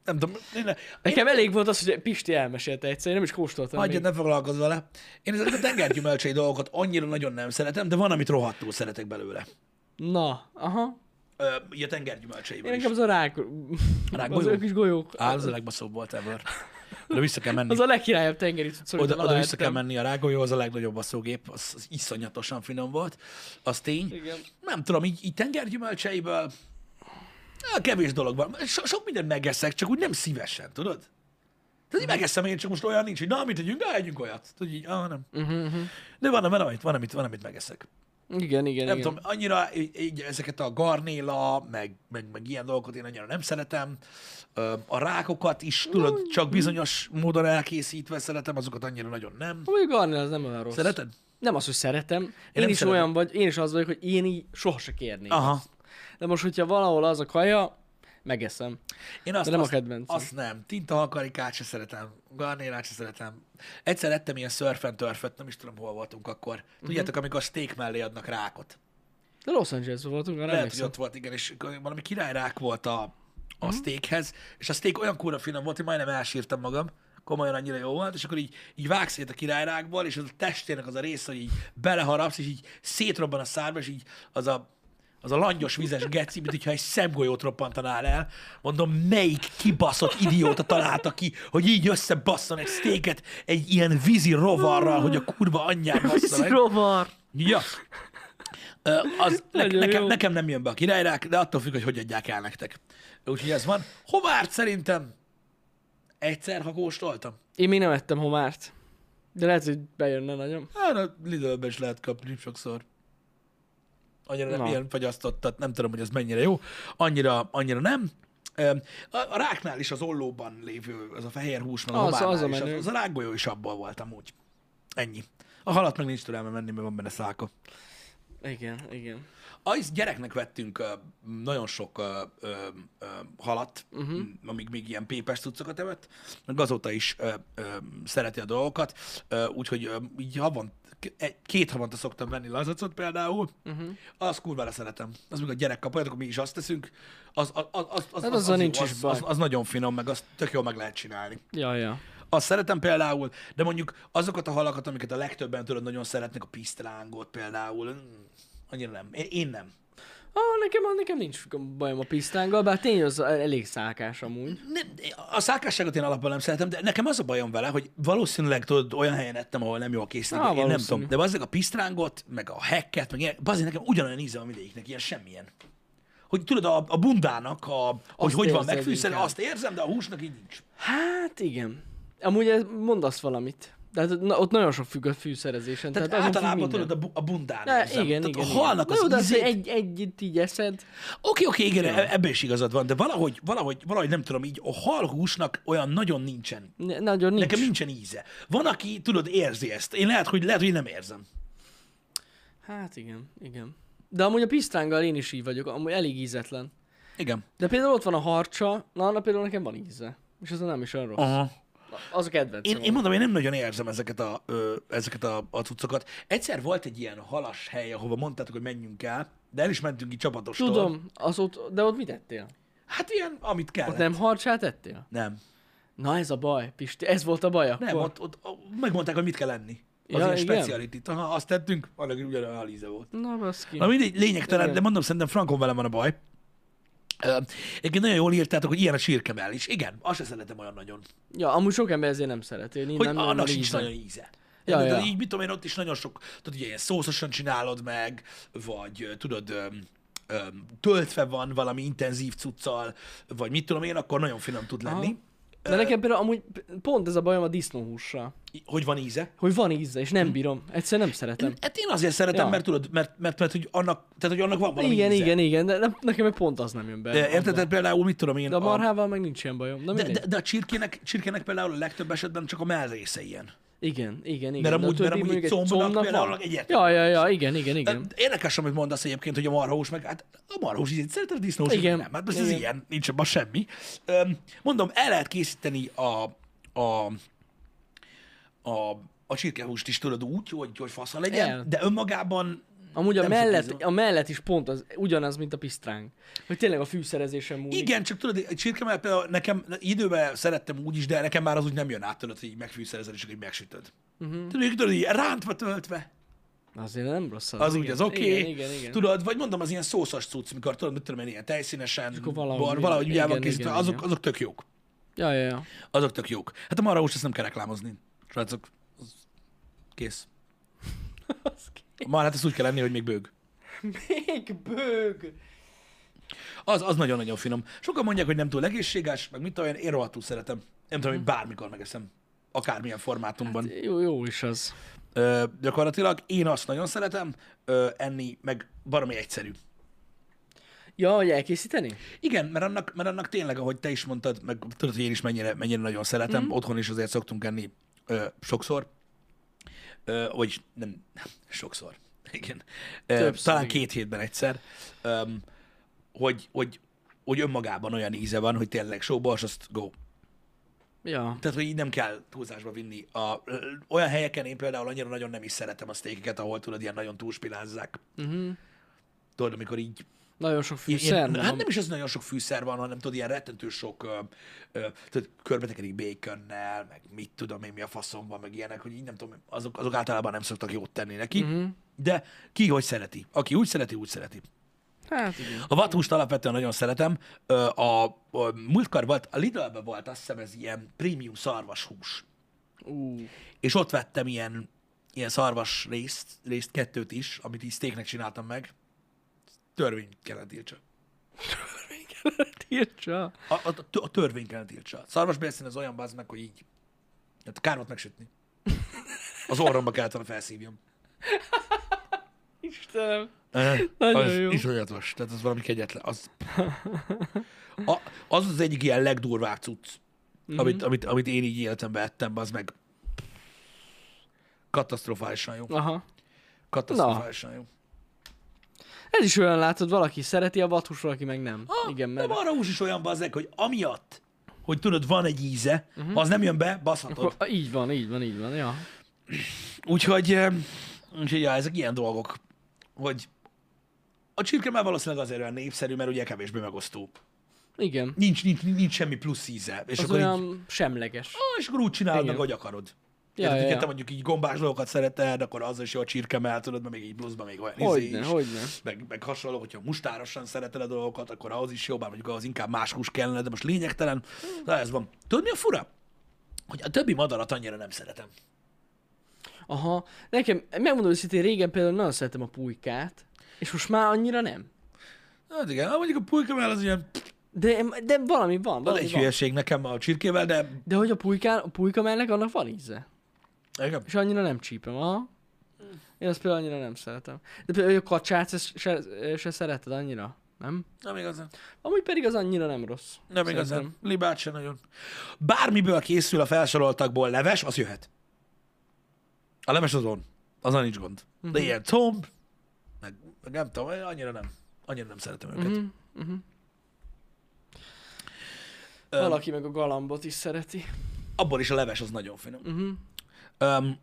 [SPEAKER 1] Nem tudom, én, ne-
[SPEAKER 2] Nekem elég volt az, hogy Pisti elmesélte egyszer, én nem is kóstoltam
[SPEAKER 1] Hagyjad,
[SPEAKER 2] még.
[SPEAKER 1] ne foglalkozz vele. Én ezeket a tengergyümölcsei dolgokat annyira nagyon nem szeretem, de van, amit rohadtul szeretek belőle.
[SPEAKER 2] Na, aha.
[SPEAKER 1] Ö, ugye a
[SPEAKER 2] Én
[SPEAKER 1] tengergyümölcseiből is.
[SPEAKER 2] nekem az a rák... az
[SPEAKER 1] Rákgolyó?
[SPEAKER 2] a kis golyók.
[SPEAKER 1] Á, az a legbaszóbb volt ever. Oda vissza kell menni.
[SPEAKER 2] Az a legkirályabb tengeri cucc, amit
[SPEAKER 1] Oda, oda vissza
[SPEAKER 2] aláettem.
[SPEAKER 1] kell menni a rágolyó, az a legnagyobb baszógép, az, az iszonyatosan finom volt, az tény.
[SPEAKER 2] Igen.
[SPEAKER 1] Nem tudom, így, így tengergyümölcseiből á, kevés dolog van. So, sok mindent megeszek, csak úgy nem szívesen, tudod? Tehát így megeszem én, csak most olyan nincs, hogy na, mit tegyünk, na, együnk olyat. Tudod, így, ah, nem. Uh-huh. De van, van, amit, van, amit, van, amit megeszek.
[SPEAKER 2] Igen, igen,
[SPEAKER 1] Nem
[SPEAKER 2] igen.
[SPEAKER 1] tudom, annyira így, így, ezeket a garnéla, meg, meg, meg ilyen dolgokat én annyira nem szeretem. Ö, A rákokat is, tudod, csak bizonyos módon elkészítve szeretem, azokat annyira nagyon nem.
[SPEAKER 2] Mondjuk Arnél az nem olyan rossz.
[SPEAKER 1] Szereted?
[SPEAKER 2] Nem az, hogy szeretem. Én,
[SPEAKER 1] nem
[SPEAKER 2] is
[SPEAKER 1] szeretem.
[SPEAKER 2] olyan vagy, én is az vagyok, hogy én így soha se kérnék.
[SPEAKER 1] Aha.
[SPEAKER 2] De most, hogyha valahol az a kaja, megeszem.
[SPEAKER 1] Én azt,
[SPEAKER 2] De nem a
[SPEAKER 1] azt,
[SPEAKER 2] kedvencem.
[SPEAKER 1] Azt nem. Tintahalkarikát se szeretem, garnélát se szeretem. Egyszer ettem ilyen szörfen törföt, nem is tudom, hol voltunk akkor. Tudjátok, amikor a steak mellé adnak rákot.
[SPEAKER 2] De Los Angelesben voltunk, arra
[SPEAKER 1] Lehet, hogy
[SPEAKER 2] emlékszem.
[SPEAKER 1] ott volt, igen, és valami királyrák volt a, a steakhez, és a steak olyan kurva finom volt, hogy majdnem elsírtam magam, komolyan annyira jó volt, és akkor így, így vágsz szét a királyrákból, és az a testének az a része, hogy így beleharapsz, és így szétrobban a szárba, és így az a, az a langyos vizes geci, mint hogyha egy szemgolyót roppantanál el. Mondom, melyik kibaszott idióta találta ki, hogy így összebasszon egy steaket egy ilyen vízi rovarral, hogy a kurva anyját bassza meg.
[SPEAKER 2] rovar.
[SPEAKER 1] Ja. Ö, Az, ne,
[SPEAKER 2] Nagyon
[SPEAKER 1] nekem,
[SPEAKER 2] jó.
[SPEAKER 1] nekem nem jön be a királyrák, de attól függ, hogy hogy adják el nektek. Úgyhogy ez van. Hovárt szerintem egyszer, ha kóstoltam.
[SPEAKER 2] Én még nem ettem homárt. De lehet, hogy bejönne nagyon.
[SPEAKER 1] Hát a lidl is lehet kapni sokszor. annyira
[SPEAKER 2] Na.
[SPEAKER 1] nem ilyen fagyasztott, tehát nem tudom, hogy ez mennyire jó, annyira, annyira nem. Öm, A, a ráknál is az ollóban lévő, az a fehér hús, meg a
[SPEAKER 2] Az-
[SPEAKER 1] az,
[SPEAKER 2] az
[SPEAKER 1] az,
[SPEAKER 2] a
[SPEAKER 1] is, az,
[SPEAKER 2] menő.
[SPEAKER 1] az a rákgolyó is abból volt amúgy. Ennyi. A halat meg nincs türelme menni, mert van benne száka.
[SPEAKER 2] Igen, igen.
[SPEAKER 1] Az gyereknek vettünk ö, nagyon sok ö, ö, ö, halat,
[SPEAKER 2] Mhm.
[SPEAKER 1] uh-huh. amíg még ilyen pépes cuccokat evett, meg azóta is ö, ö, szereti a dolgokat, ö, úgyhogy ö, így havont, k- egy- két havonta szoktam venni lazacot például,
[SPEAKER 2] Mhm.
[SPEAKER 1] uh-huh. azt kurvára szeretem. Az még a gyerek kap, olyat, akkor mi is azt teszünk, az, az, az, az, az,
[SPEAKER 2] Hát
[SPEAKER 1] az,
[SPEAKER 2] azzal
[SPEAKER 1] az, jó,
[SPEAKER 2] nincs is
[SPEAKER 1] az,
[SPEAKER 2] baj.
[SPEAKER 1] az, az nagyon finom, meg azt tök jól meg lehet csinálni.
[SPEAKER 2] Ja, ja.
[SPEAKER 1] Azt szeretem például, de mondjuk azokat a halakat, amiket a legtöbben tudod nagyon szeretnek, a pisztrángot például, mm, annyira nem. Én, én nem.
[SPEAKER 2] Ah, nekem, nekem nincs bajom a pisztánggal, bár tény az elég szákás amúgy.
[SPEAKER 1] nem, a szálkásságot én alapban nem szeretem, de nekem az a bajom vele, hogy valószínűleg tudod, olyan helyen ettem, ahol nem jól készítik,
[SPEAKER 2] Á,
[SPEAKER 1] én nem
[SPEAKER 2] valószínű.
[SPEAKER 1] tudom. De azért a pisztrángot, meg a hekket, meg ilyen, azért nekem ugyanolyan íze van mindegyiknek, ilyen semmilyen. Hogy tudod, a, a bundának, a, hogy hogy van
[SPEAKER 2] érzed
[SPEAKER 1] megfűszerve,
[SPEAKER 2] inkább.
[SPEAKER 1] azt érzem, de a húsnak így nincs.
[SPEAKER 2] Hát igen. Amúgy ez- mondasz valamit. De hát, na, ott nagyon sok függ a fűszerezésen.
[SPEAKER 1] Tehát,
[SPEAKER 2] Tehát,
[SPEAKER 1] Tehát
[SPEAKER 2] azon függ
[SPEAKER 1] általában
[SPEAKER 2] minden.
[SPEAKER 1] tudod, a, bu- a bundán
[SPEAKER 2] De,
[SPEAKER 1] érzem.
[SPEAKER 2] igen,
[SPEAKER 1] Tehát
[SPEAKER 2] igen,
[SPEAKER 1] a halnak
[SPEAKER 2] igen. Na jó, de
[SPEAKER 1] az izé-
[SPEAKER 2] azért
[SPEAKER 1] ízét
[SPEAKER 2] egy, egyet így eszed.
[SPEAKER 1] Oké, oké, igen, e- ebben is igazad van, de valahogy, valahogy, valahogy nem tudom, így a halhúsnak olyan nagyon nincsen. Nincs.
[SPEAKER 2] Ne- Nagyon nincs.
[SPEAKER 1] Nekem nincsen íze. Van, aki, tudod, érzi ezt. Én lehet, hogy, lehet, hogy nem érzem.
[SPEAKER 2] Hát igen, igen. De amúgy a pisztánggal én is így vagyok, amúgy elég ízetlen.
[SPEAKER 1] Igen.
[SPEAKER 2] De például ott van a harcsa, na, na például nekem van íze. És az nem is olyan rossz.
[SPEAKER 1] Aha.
[SPEAKER 2] Az a kedvencem.
[SPEAKER 1] Én, én mondom, én nem nagyon érzem ezeket a, ö, ezeket a, a cuccokat. Egyszer volt egy ilyen halas hely, ahova mondtátok, hogy menjünk el, de el is mentünk ki csapatostól.
[SPEAKER 2] Tudom, az ott, de ott mit ettél?
[SPEAKER 1] Hát ilyen, amit kell.
[SPEAKER 2] Ott nem harcsát ettél?
[SPEAKER 1] Nem.
[SPEAKER 2] Na ez a baj, Pisti, ez volt a baj akkor.
[SPEAKER 1] Nem, ott, ott, ott megmondták, hogy mit kell lenni. Az
[SPEAKER 2] Ja,
[SPEAKER 1] ja, ilyen
[SPEAKER 2] igen.
[SPEAKER 1] specialitit. Aha, azt tettünk, annak ugyanolyan halíze volt.
[SPEAKER 2] Na baszki.
[SPEAKER 1] Na mindegy, lényegtelen,
[SPEAKER 2] Igen.
[SPEAKER 1] de mondom, szerintem Frankon velem van a baj. Ö, Egyébként nagyon jól írtátok, hogy ilyen a sírkemel is. Igen, azt se szeretem olyan nagyon.
[SPEAKER 2] Ja, amúgy sok ember ezért nem szereti. Én
[SPEAKER 1] Hogy
[SPEAKER 2] nem,
[SPEAKER 1] nem,
[SPEAKER 2] nem,
[SPEAKER 1] annak
[SPEAKER 2] nem
[SPEAKER 1] sincs
[SPEAKER 2] ízem.
[SPEAKER 1] nagyon íze.
[SPEAKER 2] Ja,
[SPEAKER 1] Ja, de,
[SPEAKER 2] ja.
[SPEAKER 1] ja. így mit tudom én, ott is nagyon sok, tudod, ugye ilyen szószosan csinálod meg, vagy ö, tudod, öm, öm, töltve van valami intenzív cuccal, vagy mit tudom én, akkor nagyon finom tud lenni.
[SPEAKER 2] Aha. De nekem például amúgy p- pont ez a bajom a disznóhússal.
[SPEAKER 1] Hogy van íze?
[SPEAKER 2] Hogy van íze, és
[SPEAKER 1] Hm.
[SPEAKER 2] nem bírom. Egyszer nem szeretem.
[SPEAKER 1] Hát én azért szeretem,
[SPEAKER 2] Ja.
[SPEAKER 1] ja. mert tudod, mert, mert, mert hogy annak, tehát, hogy annak van valami
[SPEAKER 2] Igen,
[SPEAKER 1] íze.
[SPEAKER 2] igen, igen, de ne- nekem meg pont az nem jön be.
[SPEAKER 1] Ö, Érted? Tehát például, mit tudom én,
[SPEAKER 2] De a marhával meg nincs ilyen bajom. Na,
[SPEAKER 1] de,
[SPEAKER 2] mindegy.
[SPEAKER 1] de, de, a csirkének, csirkének például a legtöbb esetben csak a mellrésze ilyen.
[SPEAKER 2] Igen, igen, igen.
[SPEAKER 1] Mert
[SPEAKER 2] de a
[SPEAKER 1] amúgy- mert
[SPEAKER 2] többi
[SPEAKER 1] amúgy
[SPEAKER 2] mondjuk
[SPEAKER 1] egy combnak
[SPEAKER 2] combnak
[SPEAKER 1] például
[SPEAKER 2] van. Ja,
[SPEAKER 1] egyértelmű.
[SPEAKER 2] ja, ja, igen, igen, igen.
[SPEAKER 1] Igen. Érdekes, amit mondasz egyébként, hogy a marhós meg, hát a marhós ízét szereted, a disznós ízét
[SPEAKER 2] Igen.
[SPEAKER 1] nem. Hát most ez
[SPEAKER 2] Igen.
[SPEAKER 1] ilyen, nincs abban semmi. Öm, Mondom, el lehet készíteni a, a, a, a csirkehúst is tudod úgy, hogy, hogy fasza legyen,
[SPEAKER 2] El.
[SPEAKER 1] el. de önmagában
[SPEAKER 2] Amúgy a
[SPEAKER 1] nem sok
[SPEAKER 2] mellett,
[SPEAKER 1] íze van.
[SPEAKER 2] a mellett is pont az, ugyanaz, mint a pisztránk. Hogy tényleg a fűszerezésen múlik.
[SPEAKER 1] igen, csak tudod, a csirkemel például nekem időben szerettem úgy is, de nekem már az úgy nem jön át, tudod, hogy így megfűszerezed, és csak így megsütöd.
[SPEAKER 2] Mhm.
[SPEAKER 1] Uh-huh. Tudod, így- tudod, így rántva töltve.
[SPEAKER 2] Azért nem rossz az.
[SPEAKER 1] Az
[SPEAKER 2] igen.
[SPEAKER 1] úgy, az oké.
[SPEAKER 2] Igen, igen, igen.
[SPEAKER 1] Tudod, vagy mondom, az ilyen szószas cucc, mikor tudod, mit tudom én, ilyen tejszínesen,
[SPEAKER 2] akkor valahogy-
[SPEAKER 1] valahogy, valahogy ugye
[SPEAKER 2] igen,
[SPEAKER 1] van készítve,
[SPEAKER 2] igen,
[SPEAKER 1] azok,
[SPEAKER 2] igen.
[SPEAKER 1] azok tök jók.
[SPEAKER 2] Ja, ja, ja.
[SPEAKER 1] Azok tök jók. Hát a marhaús ezt nem kell reklámozni. Srácok, az kész.
[SPEAKER 2] Az ki-
[SPEAKER 1] A marhát ezt úgy kell lenni, hogy még bőg.
[SPEAKER 2] Még bőg.
[SPEAKER 1] Az, az nagyon-nagyon finom. Sokan mondják, hogy nem túl egészséges, meg mit olyan, én rohadtul szeretem. Nem tudom,
[SPEAKER 2] Mhm.
[SPEAKER 1] hogy bármikor megeszem. Akármilyen formátumban.
[SPEAKER 2] Jó, jó is az.
[SPEAKER 1] Ö, gyakorlatilag én azt nagyon szeretem ö, enni, meg baromi egyszerű.
[SPEAKER 2] Ja, hogy elkészíteni?
[SPEAKER 1] Igen, mert annak, mert annak tényleg, ahogy te is mondtad, meg tudod, hogy én is mennyire, mennyire nagyon szeretem,
[SPEAKER 2] Mhm.
[SPEAKER 1] mm-hmm. otthon is azért szoktunk enni ö, sokszor, ö, vagy nem, nem, sokszor, igen, ö,
[SPEAKER 2] Többször,
[SPEAKER 1] talán
[SPEAKER 2] igen.
[SPEAKER 1] két hétben egyszer, ö, hogy, hogy, hogy önmagában olyan íze van, hogy tényleg sóbors, azt go.
[SPEAKER 2] Ja.
[SPEAKER 1] Tehát, hogy így nem kell túlzásba vinni. A, ö, olyan helyeken én például annyira nagyon nem is szeretem a sztékeket, ahol tudod, ilyen nagyon túlspilázzák. Mm-hmm.
[SPEAKER 2] Mhm.
[SPEAKER 1] Tudod, amikor így
[SPEAKER 2] Nagyon sok
[SPEAKER 1] Ilyen,
[SPEAKER 2] fűszer van.
[SPEAKER 1] hát nem is az nagyon sok fűszer van, hanem tudod, ilyen rettentő sok, ö, ö, tudod, körbetekerik békönnel, meg mit tudom én, mi a faszom van, meg ilyenek, hogy így nem tudom, azok, azok általában nem szoktak jót tenni neki. Uh-huh. De ki hogy szereti. Aki úgy szereti, úgy szereti.
[SPEAKER 2] Hát igen.
[SPEAKER 1] A vathúst alapvetően nagyon szeretem. Ö, A, a múltkor volt, a lidl volt azt hiszem ez ilyen prémium szarvashús.
[SPEAKER 2] Ú,
[SPEAKER 1] És ott vettem ilyen, ilyen szarvas részt, részt kettőt is, amit így steaknek csináltam meg. Törvény kellett tiltsa.
[SPEAKER 2] tiltsa.
[SPEAKER 1] A, a, a törvény kellene tiltsa. Szarvasbélszín az olyan bazd meg, hogy így. Hát kár volt megsütni. Az orromba kellett volna felszívjam.
[SPEAKER 2] Istenem.
[SPEAKER 1] Eh,
[SPEAKER 2] Nagyon
[SPEAKER 1] az
[SPEAKER 2] jó.
[SPEAKER 1] iszonyatos, tehát az valami kegyetlen. Az, a, az az egyik ilyen legdurvább cucc,
[SPEAKER 2] Mhm.
[SPEAKER 1] mm-hmm. amit, amit, amit én így életemben ettem, az meg katasztrofálisan jó.
[SPEAKER 2] Aha.
[SPEAKER 1] Katasztrofálisan jó.
[SPEAKER 2] Ez is olyan látod, valaki szereti a vathús, valaki meg nem.
[SPEAKER 1] Ah,
[SPEAKER 2] Igen,
[SPEAKER 1] de
[SPEAKER 2] mert...
[SPEAKER 1] arra hús is olyan bazzeg, hogy amiatt, hogy tudod, van egy íze, uh-huh.
[SPEAKER 2] Mhm.
[SPEAKER 1] ha az nem jön be, baszhatod.
[SPEAKER 2] Akkor, így van, így van, így van, ja.
[SPEAKER 1] Úgyhogy, em, úgyhogy ja, ezek ilyen dolgok, hogy a csirke már valószínűleg azért olyan népszerű, mert ugye kevésbé megosztó.
[SPEAKER 2] Igen.
[SPEAKER 1] Nincs, nincs, nincs semmi plusz íze. És
[SPEAKER 2] Az
[SPEAKER 1] akkor így,
[SPEAKER 2] olyan semleges.
[SPEAKER 1] Ah, és akkor úgy csinálod
[SPEAKER 2] Igen.
[SPEAKER 1] meg, ahogy akarod.
[SPEAKER 2] Ja,
[SPEAKER 1] Érted,
[SPEAKER 2] ja,
[SPEAKER 1] hogyha
[SPEAKER 2] ja.
[SPEAKER 1] te mondjuk így gombás dolgokat szereted, akkor az is jó a csirke, mert tudod, mert még így pluszban még olyan izé
[SPEAKER 2] Hogyne,
[SPEAKER 1] is.
[SPEAKER 2] hogyne.
[SPEAKER 1] Meg, meg hasonló, hogyha mustárosan szereted a dolgokat, akkor ahhoz is jó, bár mondjuk ahhoz inkább más hús kellene, de most lényegtelen. Na ez van. Tudod, mi a fura? Hogy a többi madarat annyira nem szeretem.
[SPEAKER 2] Aha. Nekem, megmondom őszintén, régen például nagyon szeretem a pulykát, és most már annyira nem.
[SPEAKER 1] Hát igen, ah, mondjuk a pulyka már az ilyen,
[SPEAKER 2] De, de valami van,
[SPEAKER 1] van
[SPEAKER 2] valami
[SPEAKER 1] egy
[SPEAKER 2] van.
[SPEAKER 1] hülyeség nekem a csirkével, de
[SPEAKER 2] De hogy a pulykán, a pulyka mellek, annak van íze.
[SPEAKER 1] igen.
[SPEAKER 2] És annyira nem csípem, aha. Én azt például annyira nem szeretem. De például a kacsát se, se, se szereted annyira, nem?
[SPEAKER 1] Nem igazán.
[SPEAKER 2] Amúgy pedig az annyira nem rossz.
[SPEAKER 1] Nem igazán. Libát se nagyon. Bármiből készül a felsoroltakból leves, az jöhet. A leves azon. Azon nincs gond. Uh-huh. De ilyen comb, meg, meg nem tudom, én annyira nem. Annyira nem szeretem őket. Uh-huh. Öm.
[SPEAKER 2] Valaki meg a galambot is szereti.
[SPEAKER 1] Abból is a leves az nagyon finom. Uh-huh. Um,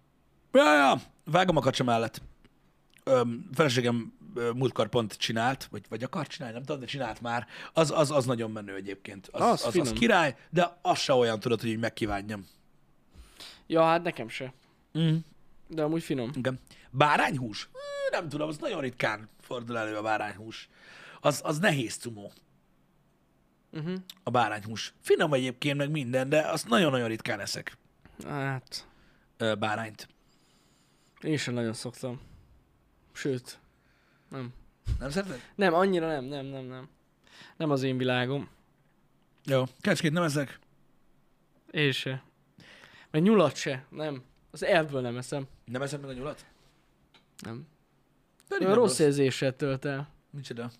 [SPEAKER 1] ja, ja, vágom a kacsa mellett. Öm, feleségem ö, múltkor pont csinált, vagy, vagy akar csinálni, nem tudom, de csinált már. Az, az, az nagyon menő egyébként. Az,
[SPEAKER 2] Az
[SPEAKER 1] az, az, az
[SPEAKER 2] finom.
[SPEAKER 1] király, de az se olyan tudod, hogy így megkívánjam.
[SPEAKER 2] Ja, hát nekem se.
[SPEAKER 1] Mm.
[SPEAKER 2] De amúgy finom.
[SPEAKER 1] Igen. Bárányhús? Ö, Nem tudom, az nagyon ritkán fordul elő a bárányhús. Az, az nehéz cumó.
[SPEAKER 2] Mhm.
[SPEAKER 1] A bárányhús. Finom egyébként meg minden, de azt nagyon-nagyon ritkán eszek
[SPEAKER 2] Hát,
[SPEAKER 1] ö, bárányt.
[SPEAKER 2] én sem nagyon szoktam. Sőt,
[SPEAKER 1] Nem szereted?
[SPEAKER 2] nem, annyira nem, nem, nem, nem. Nem az én világom.
[SPEAKER 1] Jó. Kecskét nem ezek.
[SPEAKER 2] Én se. Meg nyulat se, nem. Az elvből nem eszem.
[SPEAKER 1] Nem eszed meg a nyulat?
[SPEAKER 2] Nem.
[SPEAKER 1] Pedig
[SPEAKER 2] Olyan
[SPEAKER 1] nem
[SPEAKER 2] rossz érzéssel tölt el.
[SPEAKER 1] Micsoda.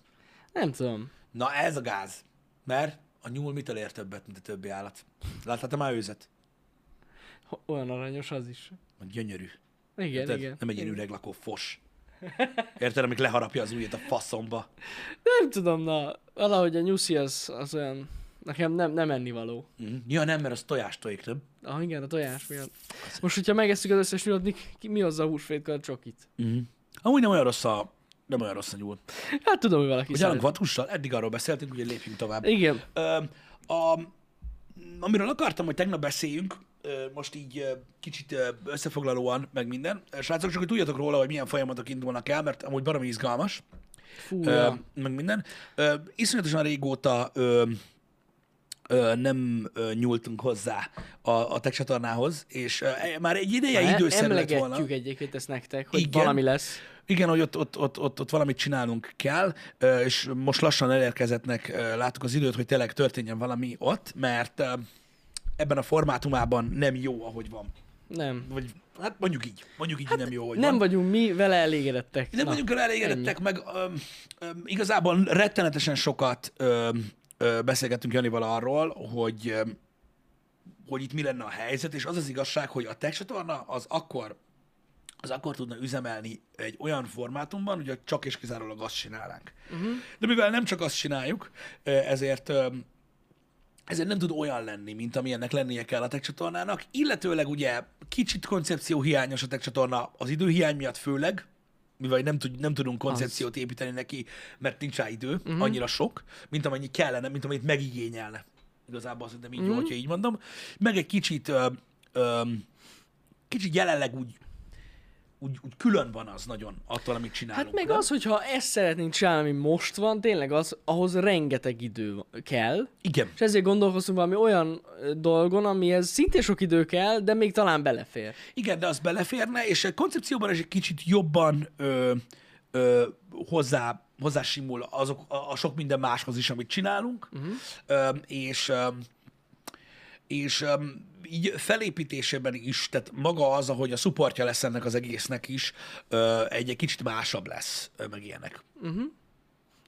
[SPEAKER 2] Nem tudom.
[SPEAKER 1] Na ez a gáz. Mert a nyúl mitől ér többet, mint a többi állat? Láttál te már őzet?
[SPEAKER 2] Ho- Olyan aranyos az is.
[SPEAKER 1] Hogy Gyönyörű.
[SPEAKER 2] Igen,
[SPEAKER 1] Érted?
[SPEAKER 2] igen.
[SPEAKER 1] Nem egy ilyen üreglakó fos. Érted, amik leharapja az ujjét a faszomba.
[SPEAKER 2] Nem tudom, na, valahogy a nyuszi az, az olyan, nekem nem, nem ennivaló.
[SPEAKER 1] Mm. Ja, nem, mert az tojástojék, nem?
[SPEAKER 2] Ah, igen, a tojás miatt. Most, hogyha megesszük az összes nyulat, mi, ki- mi hozza a húsvétkor a csokit?
[SPEAKER 1] Mm. Amúgy nem olyan rossz a, nem olyan rossz a nyúl.
[SPEAKER 2] Hát tudom, hogy valaki
[SPEAKER 1] Ugye állunk
[SPEAKER 2] szeret.
[SPEAKER 1] vathússal, eddig arról beszéltünk, ugye lépjünk tovább.
[SPEAKER 2] Igen.
[SPEAKER 1] Ö, a, amiről akartam, hogy tegnap beszéljünk, ö, most így ö, kicsit ö, összefoglalóan, meg minden. Ö, Srácok, csak hogy tudjatok róla, hogy milyen folyamatok indulnak el, mert amúgy baromi izgalmas,
[SPEAKER 2] Fú,
[SPEAKER 1] ö,
[SPEAKER 2] ja.
[SPEAKER 1] meg minden. Ö, iszonyatosan régóta ö, ö, nem ö, nyúltunk hozzá a, a tech csatornához, és ö, e, már egy ideje
[SPEAKER 2] Na,
[SPEAKER 1] időszerű lett volna.
[SPEAKER 2] E- Emlegetjük egyébként ezt nektek, hogy
[SPEAKER 1] Igen.
[SPEAKER 2] valami lesz.
[SPEAKER 1] Igen, hogy ott, ott, ott, ott, ott valamit csinálnunk kell, ö, és most lassan elérkezettnek ö, látjuk az időt, hogy tényleg történjen valami ott, mert ö, ebben a formátumában nem jó, ahogy van.
[SPEAKER 2] Nem.
[SPEAKER 1] Vagy, hát mondjuk így, mondjuk így hát nem jó, ahogy
[SPEAKER 2] nem
[SPEAKER 1] van.
[SPEAKER 2] vagyunk mi vele elégedettek.
[SPEAKER 1] Nem
[SPEAKER 2] Na.
[SPEAKER 1] vagyunk el elégedettek, meg öm, öm, igazából rettenetesen sokat öm, ö, beszélgettünk Janival arról, hogy öm, hogy itt mi lenne a helyzet, és az az igazság, hogy a tech csatorna az akkor az akkor tudna üzemelni egy olyan formátumban, hogy csak és kizárólag azt csinálnánk. Uh-huh. De mivel nem csak azt csináljuk, ö, ezért öm, ezért nem tud olyan lenni, mint amilyennek lennie kell a tech csatornának, illetőleg ugye kicsit koncepció hiányos a tech csatorna az időhiány miatt főleg, mivel nem, tud, nem tudunk koncepciót építeni neki, mert nincs rá idő, uh-huh.
[SPEAKER 2] Mhm.
[SPEAKER 1] annyira sok, mint amennyi kellene, mint amennyit megigényelne. Igazából szerintem így
[SPEAKER 2] Mhm.
[SPEAKER 1] uh-huh. jó, hogyha így mondom. Meg egy kicsit, ö, ö, kicsit jelenleg úgy, úgy, úgy külön van az nagyon attól, amit csinálunk.
[SPEAKER 2] Hát meg
[SPEAKER 1] nem?
[SPEAKER 2] az, hogyha ezt szeretnénk csinálni, ami most van, tényleg az, ahhoz rengeteg idő van- kell.
[SPEAKER 1] Igen.
[SPEAKER 2] És ezért gondolkoztunk valami olyan ö, dolgon, amihez szintén sok idő kell, de még talán belefér.
[SPEAKER 1] Igen, de az beleférne, és a koncepcióban is egy kicsit jobban ö, ö, hozzá, hozzásimul azok, a, a sok minden máshoz is, amit csinálunk, uh-huh. ö, és, ö, és ö, így felépítésében is, tehát maga az, ahogy a szuportja lesz ennek az egésznek is, ö, egy, egy kicsit másabb lesz, ö, meg ilyenek.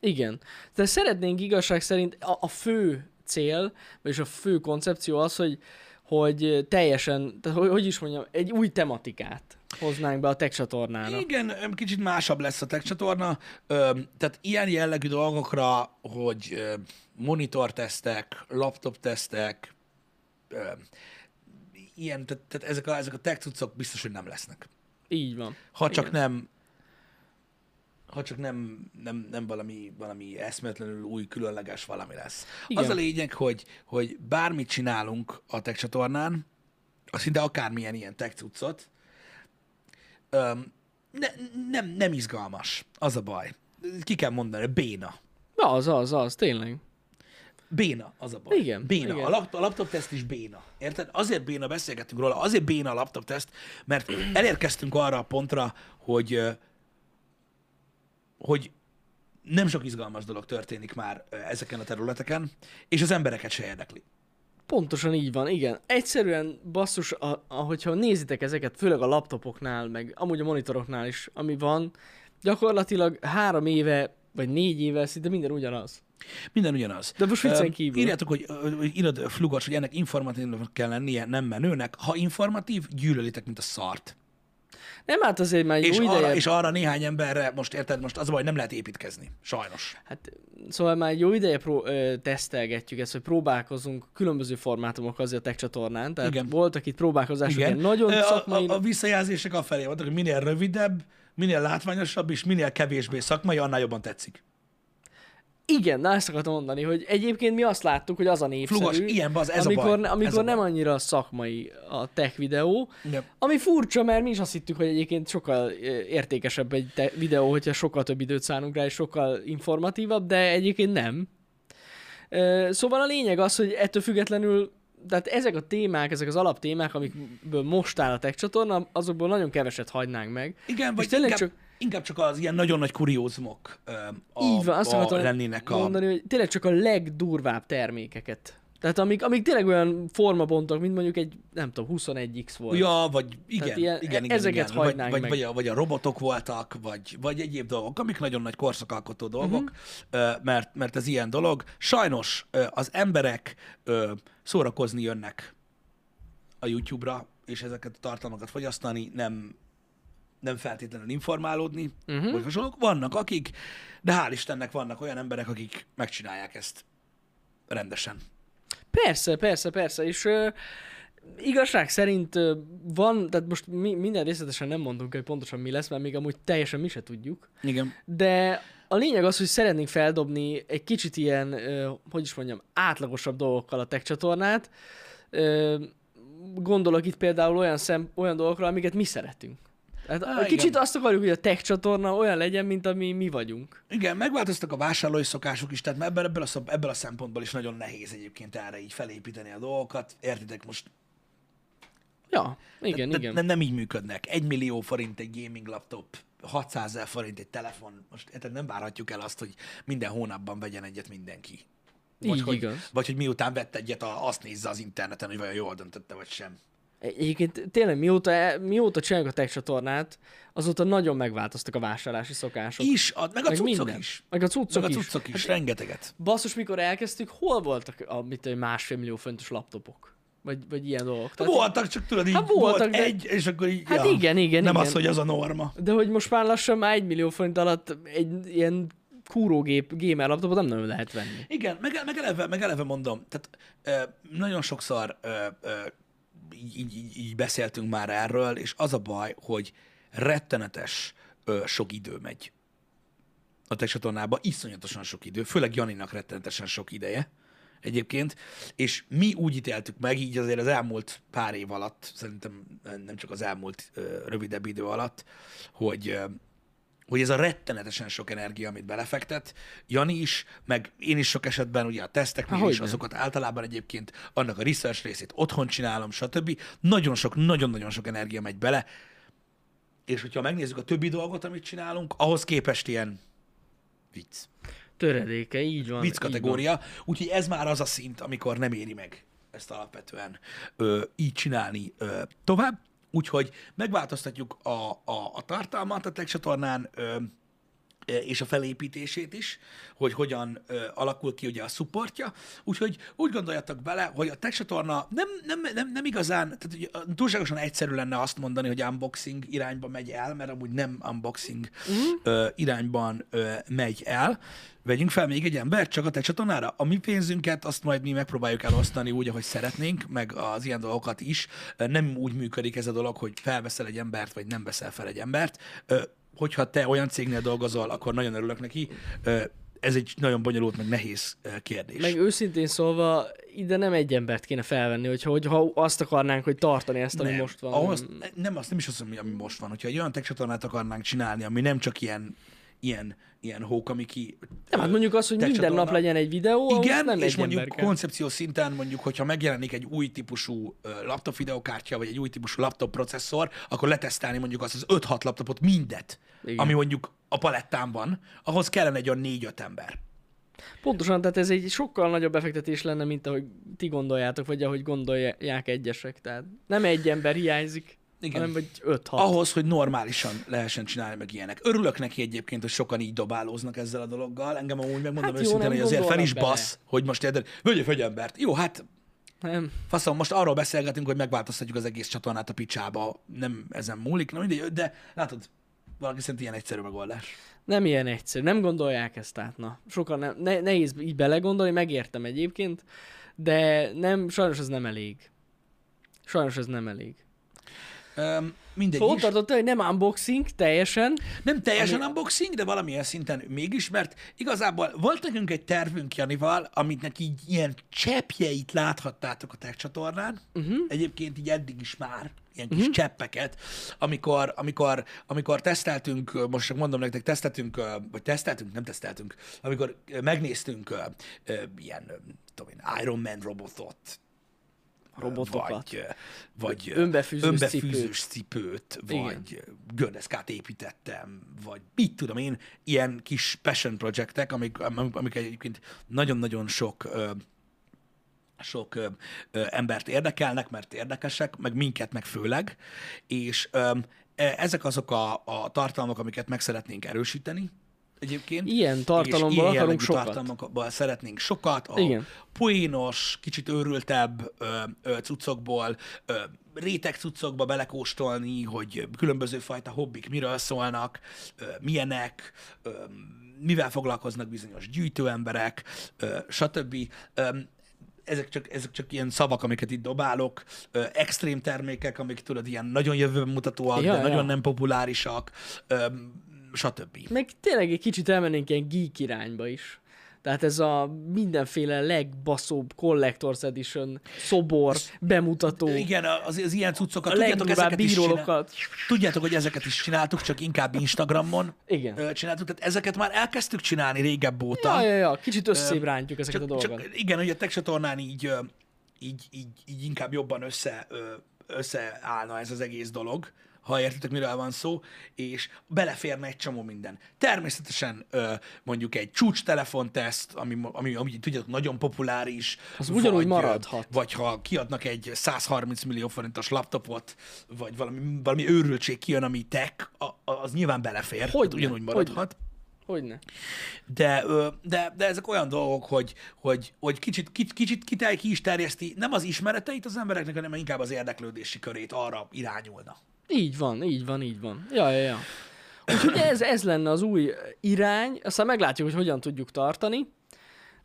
[SPEAKER 2] Igen. De szeretnénk igazság szerint a, a fő cél, vagyis a fő koncepció az, hogy, hogy teljesen, tehát hogy, hogy is mondjam, egy új tematikát hoznánk be a tech csatornára.
[SPEAKER 1] Igen, öm, kicsit másabb lesz a tech csatorna. Öm, Tehát ilyen jellegű dolgokra, hogy öm, monitortesztek, laptoptesztek, öm, ilyen, tehát, tehát ezek, a, ezek a tech cuccok biztos, hogy nem lesznek.
[SPEAKER 2] Így van.
[SPEAKER 1] Ha csak nem ha csak nem, nem, nem valami, valami eszméletlenül új, különleges valami lesz. Igen.
[SPEAKER 2] Igen.
[SPEAKER 1] Az a lényeg, hogy, hogy bármit csinálunk a tech csatornán, az szinte akármilyen ilyen tech cuccot, öm, ne, nem, nem izgalmas. Az a baj. Ki kell mondani, béna.
[SPEAKER 2] Na, az, az, az, tényleg.
[SPEAKER 1] Béna, az a baj.
[SPEAKER 2] Igen,
[SPEAKER 1] Béna.
[SPEAKER 2] igen.
[SPEAKER 1] A, lap, a laptop teszt is béna. Érted? Azért béna, beszélgetünk róla, azért béna a laptop teszt, mert elérkeztünk arra a pontra, hogy, ö, hogy nem sok izgalmas dolog történik már ö, ezeken a területeken, és az embereket se érdekli.
[SPEAKER 2] Pontosan így van, igen. Egyszerűen basszus, a, ahogyha nézitek ezeket, főleg a laptopoknál, meg amúgy a monitoroknál is, ami van, gyakorlatilag három éve, vagy négy éve szinte minden ugyanaz.
[SPEAKER 1] Minden ugyanaz.
[SPEAKER 2] De most viccen
[SPEAKER 1] Ö,
[SPEAKER 2] kívül.
[SPEAKER 1] Írjátok, hogy, ö, hogy írod ö, flugos, hogy ennek informatívnak kell lennie, nem menőnek. Ha informatív, gyűlölitek, mint a szart.
[SPEAKER 2] Nem, hát azért már egy
[SPEAKER 1] És
[SPEAKER 2] jó
[SPEAKER 1] arra,
[SPEAKER 2] ideje.
[SPEAKER 1] és arra néhány emberre, most érted, most az a baj, nem lehet építkezni. Sajnos.
[SPEAKER 2] Hát, szóval már egy jó ideje pró- ö, tesztelgetjük ezt, hogy próbálkozunk különböző formátumok azért a tech csatornán. Tehát
[SPEAKER 1] Igen.
[SPEAKER 2] igen. voltak itt próbálkozások, ilyen nagyon
[SPEAKER 1] Ö,
[SPEAKER 2] szakmai.
[SPEAKER 1] A, a, a visszajelzések afelé vannak, hogy minél rövidebb, minél látványosabb, és minél kevésbé szakmai, annál jobban tetszik.
[SPEAKER 2] Igen, na ezt akartam mondani, hogy egyébként mi azt láttuk, hogy az a népszerű,
[SPEAKER 1] Flugos, ilyen, bazd, ez a
[SPEAKER 2] amikor,
[SPEAKER 1] baj, ez
[SPEAKER 2] amikor
[SPEAKER 1] a
[SPEAKER 2] nem
[SPEAKER 1] baj.
[SPEAKER 2] annyira szakmai a tech videó,
[SPEAKER 1] Igen.
[SPEAKER 2] ami furcsa, mert mi is azt hittük, hogy egyébként sokkal ö, értékesebb egy te- videó, hogyha sokkal több időt szánunk rá, és sokkal informatívabb, de egyébként nem. Ö, Szóval a lényeg az, hogy ettől függetlenül, tehát ezek a témák, ezek az alaptémák, amikből most áll a tech csatorna, azokból nagyon keveset hagynánk meg.
[SPEAKER 1] Igen, vagy
[SPEAKER 2] És tényleg
[SPEAKER 1] inkább csak...
[SPEAKER 2] csak-
[SPEAKER 1] inkább csak az ilyen nagyon nagy kuriózumok ö, a,
[SPEAKER 2] Így van, azt
[SPEAKER 1] a,
[SPEAKER 2] akartam
[SPEAKER 1] lennének a...
[SPEAKER 2] mondani, hogy tényleg csak a legdurvább termékeket. Tehát amik, amik tényleg olyan formabontok, mint mondjuk egy, nem tudom, 21x volt.
[SPEAKER 1] Ja, vagy igen,
[SPEAKER 2] Tehát
[SPEAKER 1] ilyen,
[SPEAKER 2] ilyen-
[SPEAKER 1] igen, igen,
[SPEAKER 2] ezeket
[SPEAKER 1] igen. Vagy,
[SPEAKER 2] hagynánk
[SPEAKER 1] vagy,
[SPEAKER 2] meg.
[SPEAKER 1] vagy, a, vagy a robotok voltak, vagy, vagy egyéb dolgok, amik nagyon nagy korszakalkotó
[SPEAKER 2] Mhm.
[SPEAKER 1] dolgok, ö, mert, mert ez ilyen dolog. Sajnos ö, az emberek ö, szórakozni jönnek a YouTube-ra, és ezeket a tartalmakat fogyasztani, nem nem feltétlenül informálódni,
[SPEAKER 2] Mhm.
[SPEAKER 1] uh-huh. vagy hasonlók. Vannak akik, de hál' Istennek vannak olyan emberek, akik megcsinálják ezt rendesen.
[SPEAKER 2] Persze, persze, persze, és ö, igazság szerint ö, van, tehát most mi, minden részletesen nem mondunk, hogy pontosan mi lesz, mert még amúgy teljesen mi se tudjuk,
[SPEAKER 1] Igen.
[SPEAKER 2] de a lényeg az, hogy szeretnénk feldobni egy kicsit ilyen, ö, hogy is mondjam, átlagosabb dolgokkal a tech csatornát. Ö, gondolok itt például olyan, szem, olyan dolgokra, amiket mi szeretünk. Tehát
[SPEAKER 1] Á,
[SPEAKER 2] Há, Hát, kicsit
[SPEAKER 1] igen.
[SPEAKER 2] igen. azt akarjuk, hogy a tech csatorna olyan legyen, mint ami mi vagyunk.
[SPEAKER 1] Igen, megváltoztak a vásárlói szokások is, tehát ebben, ebből, a, szab- ebből a szempontból is nagyon nehéz egyébként erre így felépíteni a dolgokat. Értitek most?
[SPEAKER 2] Ja, igen,
[SPEAKER 1] tehát
[SPEAKER 2] igen.
[SPEAKER 1] Nem, nem így működnek. Egy millió forint egy gaming laptop, 600 ezer forint egy telefon. Most érted, nem várhatjuk el azt, hogy minden hónapban vegyen egyet mindenki. Vagy,
[SPEAKER 2] Így
[SPEAKER 1] hogy,
[SPEAKER 2] igaz.
[SPEAKER 1] vagy hogy miután vett egyet, a- azt nézze az interneten, hogy vajon jól döntötte, vagy sem.
[SPEAKER 2] Egyébként tényleg mióta, e- mióta csináljuk a tech csatornát, azóta nagyon megváltoztak a vásárlási szokások.
[SPEAKER 1] Is, a, meg a
[SPEAKER 2] meg
[SPEAKER 1] cuccok
[SPEAKER 2] minden.
[SPEAKER 1] is.
[SPEAKER 2] Meg a cuccok,
[SPEAKER 1] Meg a
[SPEAKER 2] is. Hát-
[SPEAKER 1] cuccok is, is rengeteget.
[SPEAKER 2] Basszus, mikor elkezdtük, hol voltak a mit, tudom én, másfél millió fontos laptopok? Vagy, vagy ilyen dolgok. Tehát,
[SPEAKER 1] Voltak, csak tudod, így
[SPEAKER 2] Hát
[SPEAKER 1] voltak,
[SPEAKER 2] voltak,
[SPEAKER 1] volt
[SPEAKER 2] de-
[SPEAKER 1] egy, és akkor így...
[SPEAKER 2] Hát igen, igen,
[SPEAKER 1] Nem
[SPEAKER 2] igen.
[SPEAKER 1] az, hogy az a norma.
[SPEAKER 2] De hogy most már lassan már egy millió forint alatt egy ilyen kúrógép, gamer laptopot nem nagyon lehet venni.
[SPEAKER 1] Igen, meg, meg, eleve, meg eleve mondom, tehát ö, nagyon sokszor ö, ö, így, így- így, így beszéltünk már erről, és az a baj, hogy rettenetes ö, sok idő megy a tech csatornába, iszonyatosan sok idő, főleg Janinak rettenetesen sok ideje egyébként, és mi úgy ítéltük meg, így azért az elmúlt pár év alatt, szerintem nem csak az elmúlt ö, rövidebb idő alatt, hogy ö, hogy ez a rettenetesen sok energia, amit belefektet, Jani is, meg én is sok esetben, ugye a teszteknél
[SPEAKER 2] Há,
[SPEAKER 1] is,
[SPEAKER 2] hogyne.
[SPEAKER 1] azokat általában egyébként, annak a research részét otthon csinálom, stb. Nagyon sok, nagyon-nagyon sok energia megy bele, és hogyha megnézzük a többi dolgot, amit csinálunk, ahhoz képest ilyen vicc.
[SPEAKER 2] Töredéke, így van.
[SPEAKER 1] Vicc
[SPEAKER 2] így van.
[SPEAKER 1] kategória, úgyhogy ez már az a szint, amikor nem éri meg ezt alapvetően ö, így csinálni ö, tovább. Úgyhogy megváltoztatjuk a, a, a tartalmat a Tech csatornán, ö, és a felépítését is, hogy hogyan ö, alakul ki ugye a supportja. Úgyhogy úgy gondoljatok bele, hogy a tech csatorna nem, nem, nem, nem igazán, tehát hogy ö, túlságosan egyszerű lenne azt mondani, hogy unboxing irányba megy el, mert amúgy nem unboxing ö, irányban ö, megy el. Vegyünk fel még egy embert csak a tech csatornára. A mi pénzünket azt majd mi megpróbáljuk elosztani úgy, ahogy szeretnénk, meg az ilyen dolgokat is. Ö, Nem úgy működik ez a dolog, hogy felveszel egy embert, vagy nem veszel fel egy embert. Ö, hogyha te olyan cégnél dolgozol, akkor nagyon örülök neki. Ö, Ez egy nagyon bonyolult, meg nehéz ö, kérdés.
[SPEAKER 2] Meg
[SPEAKER 1] Meg...
[SPEAKER 2] őszintén szólva, ide nem egy embert kéne felvenni, hogyha, hogyha azt akarnánk, hogy tartani ezt, ami
[SPEAKER 1] Nem.
[SPEAKER 2] most van.
[SPEAKER 1] Ahhoz, nem, azt nem is azt mondom, ami most van. Hogyha egy olyan tech csatornát akarnánk csinálni, ami nem csak ilyen, ilyen, ilyen hók, ami ki...
[SPEAKER 2] nem, hát mondjuk az, hogy
[SPEAKER 1] tech
[SPEAKER 2] minden nap
[SPEAKER 1] csatorna.
[SPEAKER 2] legyen egy videó, ahhoz
[SPEAKER 1] Igen,
[SPEAKER 2] nem
[SPEAKER 1] és
[SPEAKER 2] egy
[SPEAKER 1] mondjuk
[SPEAKER 2] ember kell.
[SPEAKER 1] koncepció szinten mondjuk, hogyha megjelenik egy új típusú ö, laptop videokártya, vagy egy új típusú laptop processzor, akkor letesztelni mondjuk azt az 5-6 laptopot, mindet,
[SPEAKER 2] Igen.
[SPEAKER 1] Igen. ami mondjuk a palettán van, ahhoz kellene egy olyan 4-5 ember.
[SPEAKER 2] Pontosan, tehát ez egy sokkal nagyobb befektetés lenne, mint ahogy ti gondoljátok, vagy ahogy gondolják egyesek. Tehát nem egy ember hiányzik,
[SPEAKER 1] Igen.
[SPEAKER 2] hanem vagy 5-6.
[SPEAKER 1] ahhoz, hogy normálisan lehessen csinálni meg ilyenek. Örülök neki egyébként, hogy sokan így dobálóznak ezzel a dologgal. Engem amúgy megmondom
[SPEAKER 2] Hát jó,
[SPEAKER 1] hát őszintén,
[SPEAKER 2] nem
[SPEAKER 1] hogy azért fel
[SPEAKER 2] gondolnak
[SPEAKER 1] is
[SPEAKER 2] bele.
[SPEAKER 1] basz, hogy most érted, völgy egy embert. Jó, hát
[SPEAKER 2] Nem.
[SPEAKER 1] faszom, most arról beszélgetünk, hogy megváltoztatjuk az egész csatornát a picsába. Nem ezen múlik, na mindegy, de látod, valaki szerint ilyen egyszerű megoldás.
[SPEAKER 2] Nem ilyen egyszerű, nem gondolják ezt át, na. Sokan nem, ne, nehéz így belegondolni, megértem egyébként, de nem, sajnos ez nem elég. Sajnos ez nem elég.
[SPEAKER 1] Öm, mindegy
[SPEAKER 2] Szóval ott
[SPEAKER 1] is.
[SPEAKER 2] tartott, hogy nem unboxing teljesen,
[SPEAKER 1] Nem teljesen ami... unboxing, de valamilyen szinten mégis, mert igazából volt nekünk egy tervünk Janival, amit neki így ilyen cseppjeit láthattátok a tech csatornán. Uh-huh. Egyébként így eddig is már ilyen kis uh-huh. cseppeket, amikor, amikor, amikor teszteltünk, ö, most csak mondom nektek, teszteltünk, ö, vagy teszteltünk, nem teszteltünk, amikor ö, megnéztünk ö, ö, ilyen, ö, tudom én, Iron Man robotot,
[SPEAKER 2] robotokat.
[SPEAKER 1] vagy, eh, vagy
[SPEAKER 2] Önbefűzős
[SPEAKER 1] önbefűzős cipőt,
[SPEAKER 2] Igen.
[SPEAKER 1] vagy eh, gördeszkát építettem, vagy mit tudom én, ilyen kis passion projektek, amik, amik amik egyébként nagyon-nagyon sok ö, sok ö, ö, embert érdekelnek, mert érdekesek, meg minket meg főleg, és ö, e- ezek azok a, a tartalmak, amiket meg szeretnénk erősíteni egyébként.
[SPEAKER 2] Ilyen
[SPEAKER 1] És
[SPEAKER 2] tartalomból
[SPEAKER 1] ilyen
[SPEAKER 2] akarunk
[SPEAKER 1] jellegű
[SPEAKER 2] sokat.
[SPEAKER 1] tartalmakból szeretnénk sokat, a
[SPEAKER 2] Igen.
[SPEAKER 1] Igen. poénos, kicsit őrültebb ö, ö, cuccokból, ö, réteg cuccokba belekóstolni, hogy különböző fajta hobbik miről szólnak, ö, milyenek, ö, mivel foglalkoznak bizonyos gyűjtőemberek, ö, stb. Ö, ezek csak, ezek csak ilyen szavak, amiket itt dobálok, ö, extrém termékek, amik tudod, ilyen nagyon jövőmutatóak,
[SPEAKER 2] Ja,
[SPEAKER 1] ja, de
[SPEAKER 2] ja.
[SPEAKER 1] nagyon nem populárisak, ö, stb.
[SPEAKER 2] Meg tényleg egy kicsit elmennénk ilyen geek irányba is. Tehát ez a mindenféle legbaszóbb Collector's Edition szobor, bemutató,
[SPEAKER 1] Igen, az, az ilyen cuccokat,
[SPEAKER 2] a
[SPEAKER 1] tudjátok,
[SPEAKER 2] legdurvább
[SPEAKER 1] ezeket is csinál...
[SPEAKER 2] bírólókat.
[SPEAKER 1] tudjátok, hogy ezeket is csináltuk, csak inkább Instagramon
[SPEAKER 2] Igen.
[SPEAKER 1] ö, csináltuk, tehát ezeket már elkezdtük csinálni régebb óta.
[SPEAKER 2] Ja, ja, ja, kicsit összébrántjuk ezeket a dolgokat.
[SPEAKER 1] Csak, igen, hogy a tech csatornán így, ö, így, így, így inkább jobban össze, ö, összeállna ez az egész dolog, ha értitek, miről van szó, és beleférne egy csomó minden. Természetesen ö, mondjuk egy csúcstelefon-teszt, ami, ami, ami tudjátok, nagyon populáris.
[SPEAKER 2] Az ugyanúgy
[SPEAKER 1] ö,
[SPEAKER 2] maradhat.
[SPEAKER 1] Vagy ha kiadnak egy 130 millió forintos laptopot, vagy valami, valami őrültség kijön, ami tech, a, a, az nyilván belefér,
[SPEAKER 2] Hogyne,
[SPEAKER 1] tehát ugyanúgy
[SPEAKER 2] hogyne.
[SPEAKER 1] maradhat.
[SPEAKER 2] Hogyne.
[SPEAKER 1] De, ö, de, de ezek olyan dolgok, hogy, hogy, hogy kicsit, kicsit, kicsit kitel, ki is terjeszti, nem az ismereteit az embereknek, hanem inkább az érdeklődési körét arra irányulna.
[SPEAKER 2] Így van, így van, így van. Ja, ja, ja. Úgyhogy ez, ez lenne az új irány, aztán meglátjuk, hogy hogyan tudjuk tartani,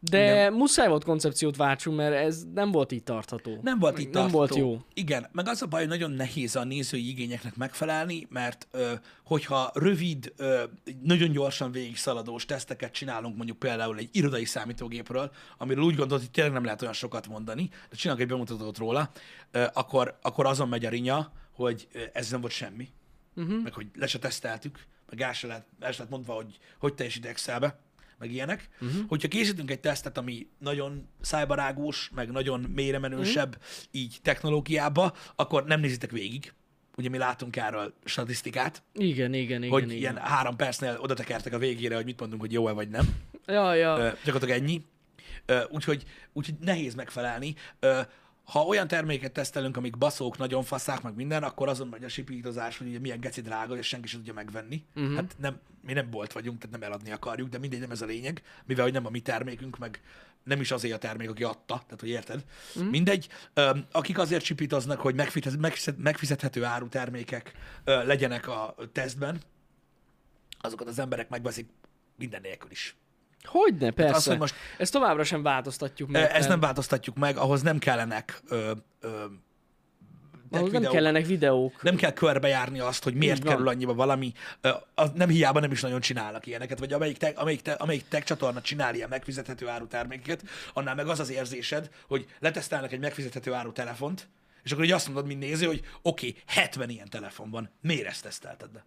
[SPEAKER 2] de
[SPEAKER 1] Igen.
[SPEAKER 2] muszáj volt koncepciót váltsunk, mert ez nem volt így tartható.
[SPEAKER 1] Nem volt itt
[SPEAKER 2] Nem volt jó.
[SPEAKER 1] Igen, meg az a baj, hogy nagyon nehéz a nézői igényeknek megfelelni, mert ö, hogyha rövid, ö, nagyon gyorsan végigszaladós teszteket csinálunk, mondjuk például egy irodai számítógépről, amiről úgy gondolod, hogy tényleg nem lehet olyan sokat mondani, de csinálunk egy bemutatót róla, ö, akkor, akkor azon megy a rinya, hogy ö, ez nem volt semmi,
[SPEAKER 2] Mhm.
[SPEAKER 1] uh-huh. meg hogy le se teszteltük, meg el se lett, el se lett mondva, hogy hogy teljesít Excelbe, meg ilyenek.
[SPEAKER 2] Mhm.
[SPEAKER 1] Uh-huh. Hogyha készítünk egy tesztet, ami nagyon szájbarágós, meg nagyon mélyre menősebb
[SPEAKER 2] Mhm.
[SPEAKER 1] uh-huh. így technológiába, akkor nem nézitek végig. Ugye mi látunk erről statisztikát,
[SPEAKER 2] Igen, igen, igen.
[SPEAKER 1] hogy
[SPEAKER 2] igen.
[SPEAKER 1] ilyen három percnél oda tekertek a végére, hogy mit mondunk, hogy jó-e vagy nem.
[SPEAKER 2] Ja, ja.
[SPEAKER 1] Ö, gyakorlatilag ennyi. Ö, úgyhogy, úgyhogy nehéz megfelelni. Ö, ha olyan terméket tesztelünk, amik baszók, nagyon faszák, meg minden, akkor azon megy a sipítozás, hogy ugye milyen geci drága, és senki sem tudja megvenni. Uh-huh. Hát nem, mi nem bolt vagyunk, tehát nem eladni akarjuk, de mindegy, nem ez a lényeg, mivel hogy nem a mi termékünk, meg nem is azért a termék, aki adta, tehát hogy érted? Uh-huh. Mindegy, öm, akik azért csipítoznak, hogy megfitez- megfizet- megfizethető áru termékek ö, legyenek a tesztben, azokat az emberek megveszik minden nélkül is.
[SPEAKER 2] Hogyne, persze.
[SPEAKER 1] Hát az, hogy most-
[SPEAKER 2] Ezt továbbra sem változtatjuk meg.
[SPEAKER 1] Mert Ezt nem változtatjuk meg, ahhoz nem kellenek ö, ö, tech
[SPEAKER 2] Ahhoz nem
[SPEAKER 1] videók.
[SPEAKER 2] kellenek videók.
[SPEAKER 1] nem kell körbejárni azt, hogy miért
[SPEAKER 2] Így van.
[SPEAKER 1] kerül annyiba valami. Ö, Az nem hiába nem is nagyon csinálnak ilyeneket, vagy amelyik tech, amelyik, te, amelyik tech csatorna csinál ilyen megfizethető áru termékeket, annál meg az az érzésed, hogy letesztelnek egy megfizethető áru telefont, és akkor így azt mondod, mint néző, hogy oké, okay, 70 ilyen telefon van, miért ezt tesztelted le?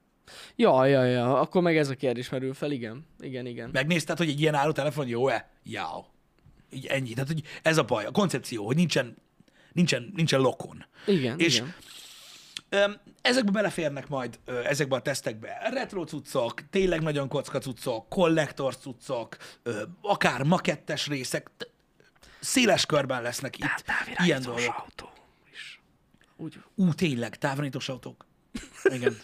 [SPEAKER 2] Ja, ja, ja, akkor meg ez a kérdés merül fel, igen. Igen, igen.
[SPEAKER 1] Megnézted, hogy egy ilyen áru telefon jó-e? Jáó. Így ennyi. Tehát, hogy ez a baj, a koncepció, hogy nincsen, nincsen, nincsen lokon.
[SPEAKER 2] Igen,
[SPEAKER 1] És-
[SPEAKER 2] igen.
[SPEAKER 1] Öm, Ezekbe beleférnek majd, ö, ezekbe a tesztekbe retro cuccok, tényleg nagyon kocka cuccok, kollektor cuccok, ö, akár makettes részek, t- széles körben lesznek itt ilyen dolgok.
[SPEAKER 2] autó is. Úgy.
[SPEAKER 1] Ú, tényleg, távirányítós autók. Igen.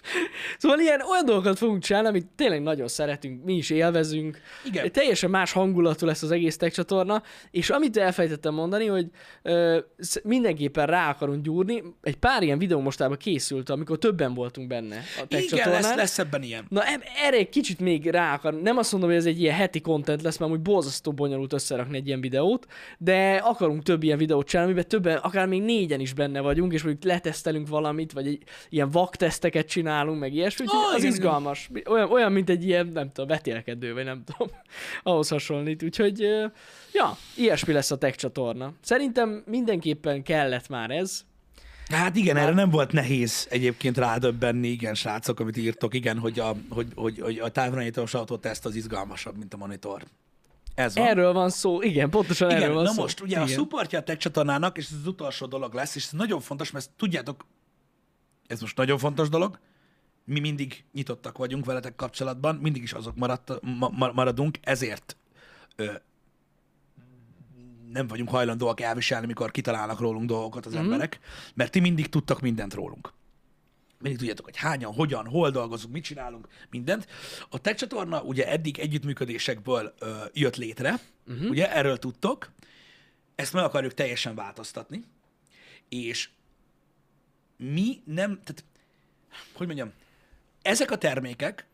[SPEAKER 2] Szóval ilyen olyan dolgokat fogunk csinálni, amit tényleg nagyon szeretünk, mi is élvezünk.
[SPEAKER 1] Igen.
[SPEAKER 2] Egy Teljesen más hangulatú lesz az egész tech csatorna, és amit elfejtettem mondani, hogy ö, sz- mindenképpen rá akarunk gyúrni, egy pár ilyen videó mostában készült, amikor többen voltunk benne a tech
[SPEAKER 1] Igen,
[SPEAKER 2] csatornán.
[SPEAKER 1] lesz, lesz ebben ilyen.
[SPEAKER 2] Na eb- erre egy kicsit még rá akar. Nem azt mondom, hogy ez egy ilyen heti content lesz, mert úgy borzasztó bonyolult összerakni egy ilyen videót, de akarunk több ilyen videót csinálni, amiben többen, akár még négyen is benne vagyunk, és mondjuk letesztelünk valamit, vagy egy, ilyen vakteszteket csinálunk, meg ilyesmi,
[SPEAKER 1] Ó,
[SPEAKER 2] oh, az
[SPEAKER 1] igen,
[SPEAKER 2] izgalmas. Olyan, olyan, mint egy ilyen, nem tudom, vetélkedő, vagy nem tudom, ahhoz hasonlít. Úgyhogy, ö, ja, ilyesmi lesz a tech csatorna. Szerintem mindenképpen kellett már ez,
[SPEAKER 1] Hát igen, erre nem volt nehéz egyébként rádöbbenni, igen, srácok, amit írtok, igen, hogy a, hogy, hogy, hogy a távirányítós autó teszt az izgalmasabb, mint a monitor. Ez van.
[SPEAKER 2] Erről van szó, igen, pontosan
[SPEAKER 1] Igen,
[SPEAKER 2] erről van
[SPEAKER 1] na
[SPEAKER 2] szó.
[SPEAKER 1] most ugye a
[SPEAKER 2] igen.
[SPEAKER 1] supportja a tech csatornának, és ez az utolsó dolog lesz, és ez nagyon fontos, mert ezt tudjátok, ez most nagyon fontos dolog, mi mindig nyitottak vagyunk veletek kapcsolatban, mindig is azok maradt, ma, ma- maradunk, ezért ö, nem vagyunk hajlandóak elviselni, mikor kitalálnak rólunk dolgokat
[SPEAKER 2] Mhm.
[SPEAKER 1] az mm-hmm. emberek, mert ti mindig tudtak mindent rólunk. Mindig tudjátok, hogy hányan, hogyan, hol dolgozunk, mit csinálunk, mindent. A tech csatorna ugye eddig együttműködésekből ö, jött létre, uh-huh. ugye erről tudtok, ezt meg akarjuk teljesen változtatni, és mi nem, tehát, hogy mondjam, ezek a termékek,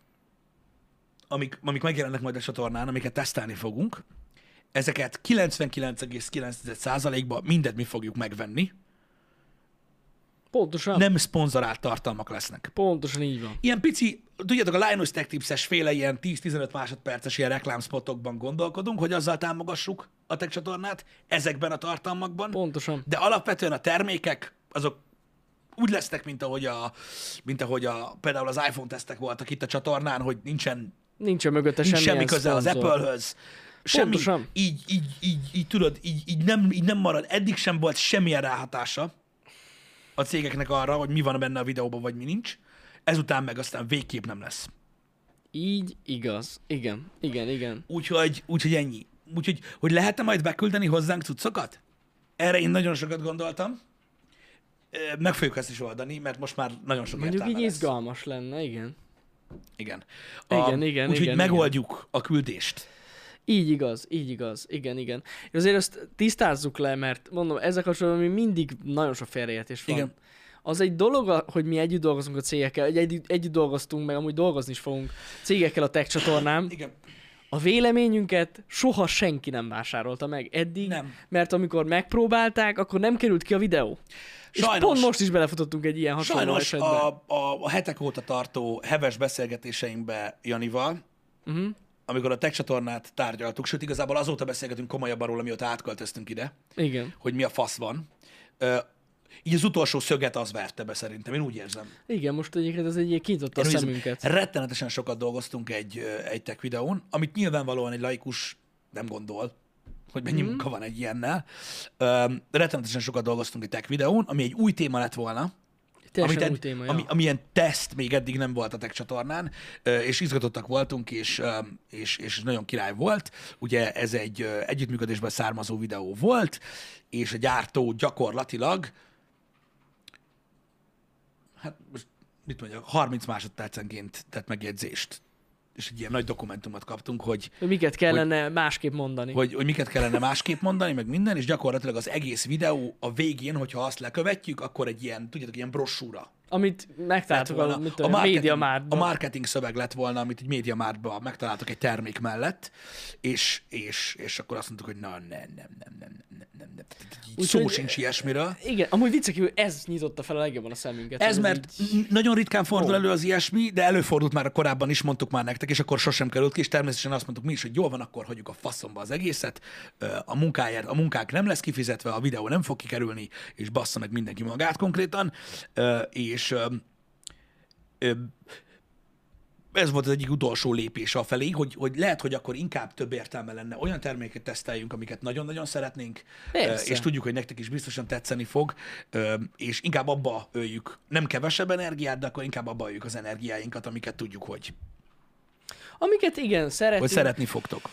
[SPEAKER 1] amik, amik megjelennek majd a csatornán, amiket tesztelni fogunk, ezeket 99,9%-ban mindet mi fogjuk megvenni,
[SPEAKER 2] Pontosan.
[SPEAKER 1] nem szponzorált tartalmak lesznek.
[SPEAKER 2] Pontosan így van.
[SPEAKER 1] Ilyen pici, tudjátok, a Linus Tech Tips-es féle ilyen 10-15 másodperces ilyen reklámspotokban gondolkodunk, hogy azzal támogassuk a tech csatornát ezekben a tartalmakban.
[SPEAKER 2] Pontosan.
[SPEAKER 1] De alapvetően a termékek, azok úgy lesznek, mint ahogy, a, mint ahogy a, például az iPhone tesztek voltak itt a csatornán, hogy nincsen
[SPEAKER 2] Nincsen mögötte
[SPEAKER 1] nincs
[SPEAKER 2] semmi,
[SPEAKER 1] semmi köze az Apple-höz. Semmi.
[SPEAKER 2] Pontosan.
[SPEAKER 1] Így, így, így, így, tudod, így, így, nem, így nem marad. Eddig sem volt semmilyen ráhatása a cégeknek arra, hogy mi van benne a videóban, vagy mi nincs. Ezután meg aztán végképp nem lesz.
[SPEAKER 2] Így igaz. Igen, igen, igen.
[SPEAKER 1] Úgyhogy, úgyhogy ennyi. Úgyhogy, hogy lehetne majd beküldeni hozzánk cuccokat? Erre én nagyon sokat gondoltam. Ö, Meg fogjuk ezt is oldani, mert most már nagyon sok
[SPEAKER 2] Mondjuk így
[SPEAKER 1] értelme lesz.
[SPEAKER 2] izgalmas lenne, igen.
[SPEAKER 1] Igen.
[SPEAKER 2] Igen, igen,
[SPEAKER 1] Úgyhogy
[SPEAKER 2] igen,
[SPEAKER 1] megoldjuk a küldést.
[SPEAKER 2] Így igaz, így igaz, igen, igen. És azért azt tisztázzuk le, mert mondom, ezzel kapcsolatban mi mindig nagyon sok félreértés van.
[SPEAKER 1] Igen.
[SPEAKER 2] Az egy dolog, a- hogy mi együtt dolgozunk a cégekkel, egy, együtt, együtt dolgoztunk, meg amúgy dolgozni is fogunk cégekkel a tech csatornán.
[SPEAKER 1] Igen.
[SPEAKER 2] A véleményünket soha senki nem vásárolta meg eddig,
[SPEAKER 1] Nem.
[SPEAKER 2] mert amikor megpróbálták, akkor nem került ki a videó. És
[SPEAKER 1] Sajnos.
[SPEAKER 2] pont most is belefutottunk egy ilyen hasonló
[SPEAKER 1] Sajnos
[SPEAKER 2] esetbe.
[SPEAKER 1] a, a, a hetek óta tartó heves beszélgetéseimbe Janival, uh-huh.
[SPEAKER 2] Mhm.
[SPEAKER 1] amikor a tech csatornát tárgyaltuk, sőt igazából azóta beszélgetünk komolyabban róla, mióta átköltöztünk ide,
[SPEAKER 2] Igen.
[SPEAKER 1] hogy mi a fasz van. Ö, így az utolsó szöget az verte be szerintem, én úgy érzem.
[SPEAKER 2] Igen, most egyébként ez egy ilyen kinyitotta a
[SPEAKER 1] Én úgy érzem,
[SPEAKER 2] szemünket.
[SPEAKER 1] Rettenetesen sokat dolgoztunk egy, ö, egy tech videón, amit nyilvánvalóan egy laikus nem gondol, hogy mennyi
[SPEAKER 2] Mhm.
[SPEAKER 1] mm. munka van egy ilyennel. Ö, rettenetesen sokat dolgoztunk egy tech videón, ami egy új téma lett volna,
[SPEAKER 2] Teljesen
[SPEAKER 1] amit
[SPEAKER 2] új téma, ja.
[SPEAKER 1] ami, amilyen teszt még eddig nem volt a Tech csatornán, ö, és izgatottak voltunk, és, ö, és, és nagyon király volt. Ugye ez egy ö, együttműködésben származó videó volt, és a gyártó gyakorlatilag, hát most mit mondjak, 30 másodpercenként tett megjegyzést. És egy ilyen nagy dokumentumot kaptunk, hogy
[SPEAKER 2] Hogy miket kellene másképp mondani. Hogy...
[SPEAKER 1] hogy, hogy miket kellene másképp mondani, meg minden, és gyakorlatilag az egész videó a végén, hogyha azt lekövetjük, akkor egy ilyen, tudjátok, ilyen brossúra.
[SPEAKER 2] Amit megtaláltuk
[SPEAKER 1] volna.
[SPEAKER 2] a, mit tudom, a média
[SPEAKER 1] a
[SPEAKER 2] mártban.
[SPEAKER 1] marketing szöveg lett volna, amit egy média mártban megtaláltok egy termék mellett, és, és, és akkor azt mondtuk, hogy na, nem, nem, nem, nem, nem, nem, nem. nem. Így
[SPEAKER 2] Úgyhogy-
[SPEAKER 1] szó sincs ilyesmiről.
[SPEAKER 2] Igen, amúgy vicce kívül ez nyitotta fel a legjobban a szemünket.
[SPEAKER 1] Ez
[SPEAKER 2] hogy
[SPEAKER 1] mert
[SPEAKER 2] így-
[SPEAKER 1] n- nagyon ritkán fordul elő az ilyesmi, de előfordult már korábban is, mondtuk már nektek, és akkor sosem került ki, és természetesen azt mondtuk mi is, hogy jól van, akkor hagyjuk a faszomba az egészet, ö, a munkáért, a munkák nem lesz kifizetve, a videó nem fog kikerülni, és bassza meg mindenki magát konkrétan, Ö, és ö, ö, ez volt az egyik utolsó lépés afelé, hogy, hogy lehet, hogy akkor inkább több értelme lenne olyan terméket teszteljünk, amiket nagyon-nagyon szeretnénk, ö,
[SPEAKER 2] Persze.
[SPEAKER 1] és tudjuk, hogy nektek is biztosan tetszeni fog, ö, és inkább abba öljük, nem kevesebb energiát, de akkor inkább abba öljük az energiáinkat, amiket tudjuk, hogy,
[SPEAKER 2] Amiket Hát igen, szeretünk.
[SPEAKER 1] hogy szeretni fogtok.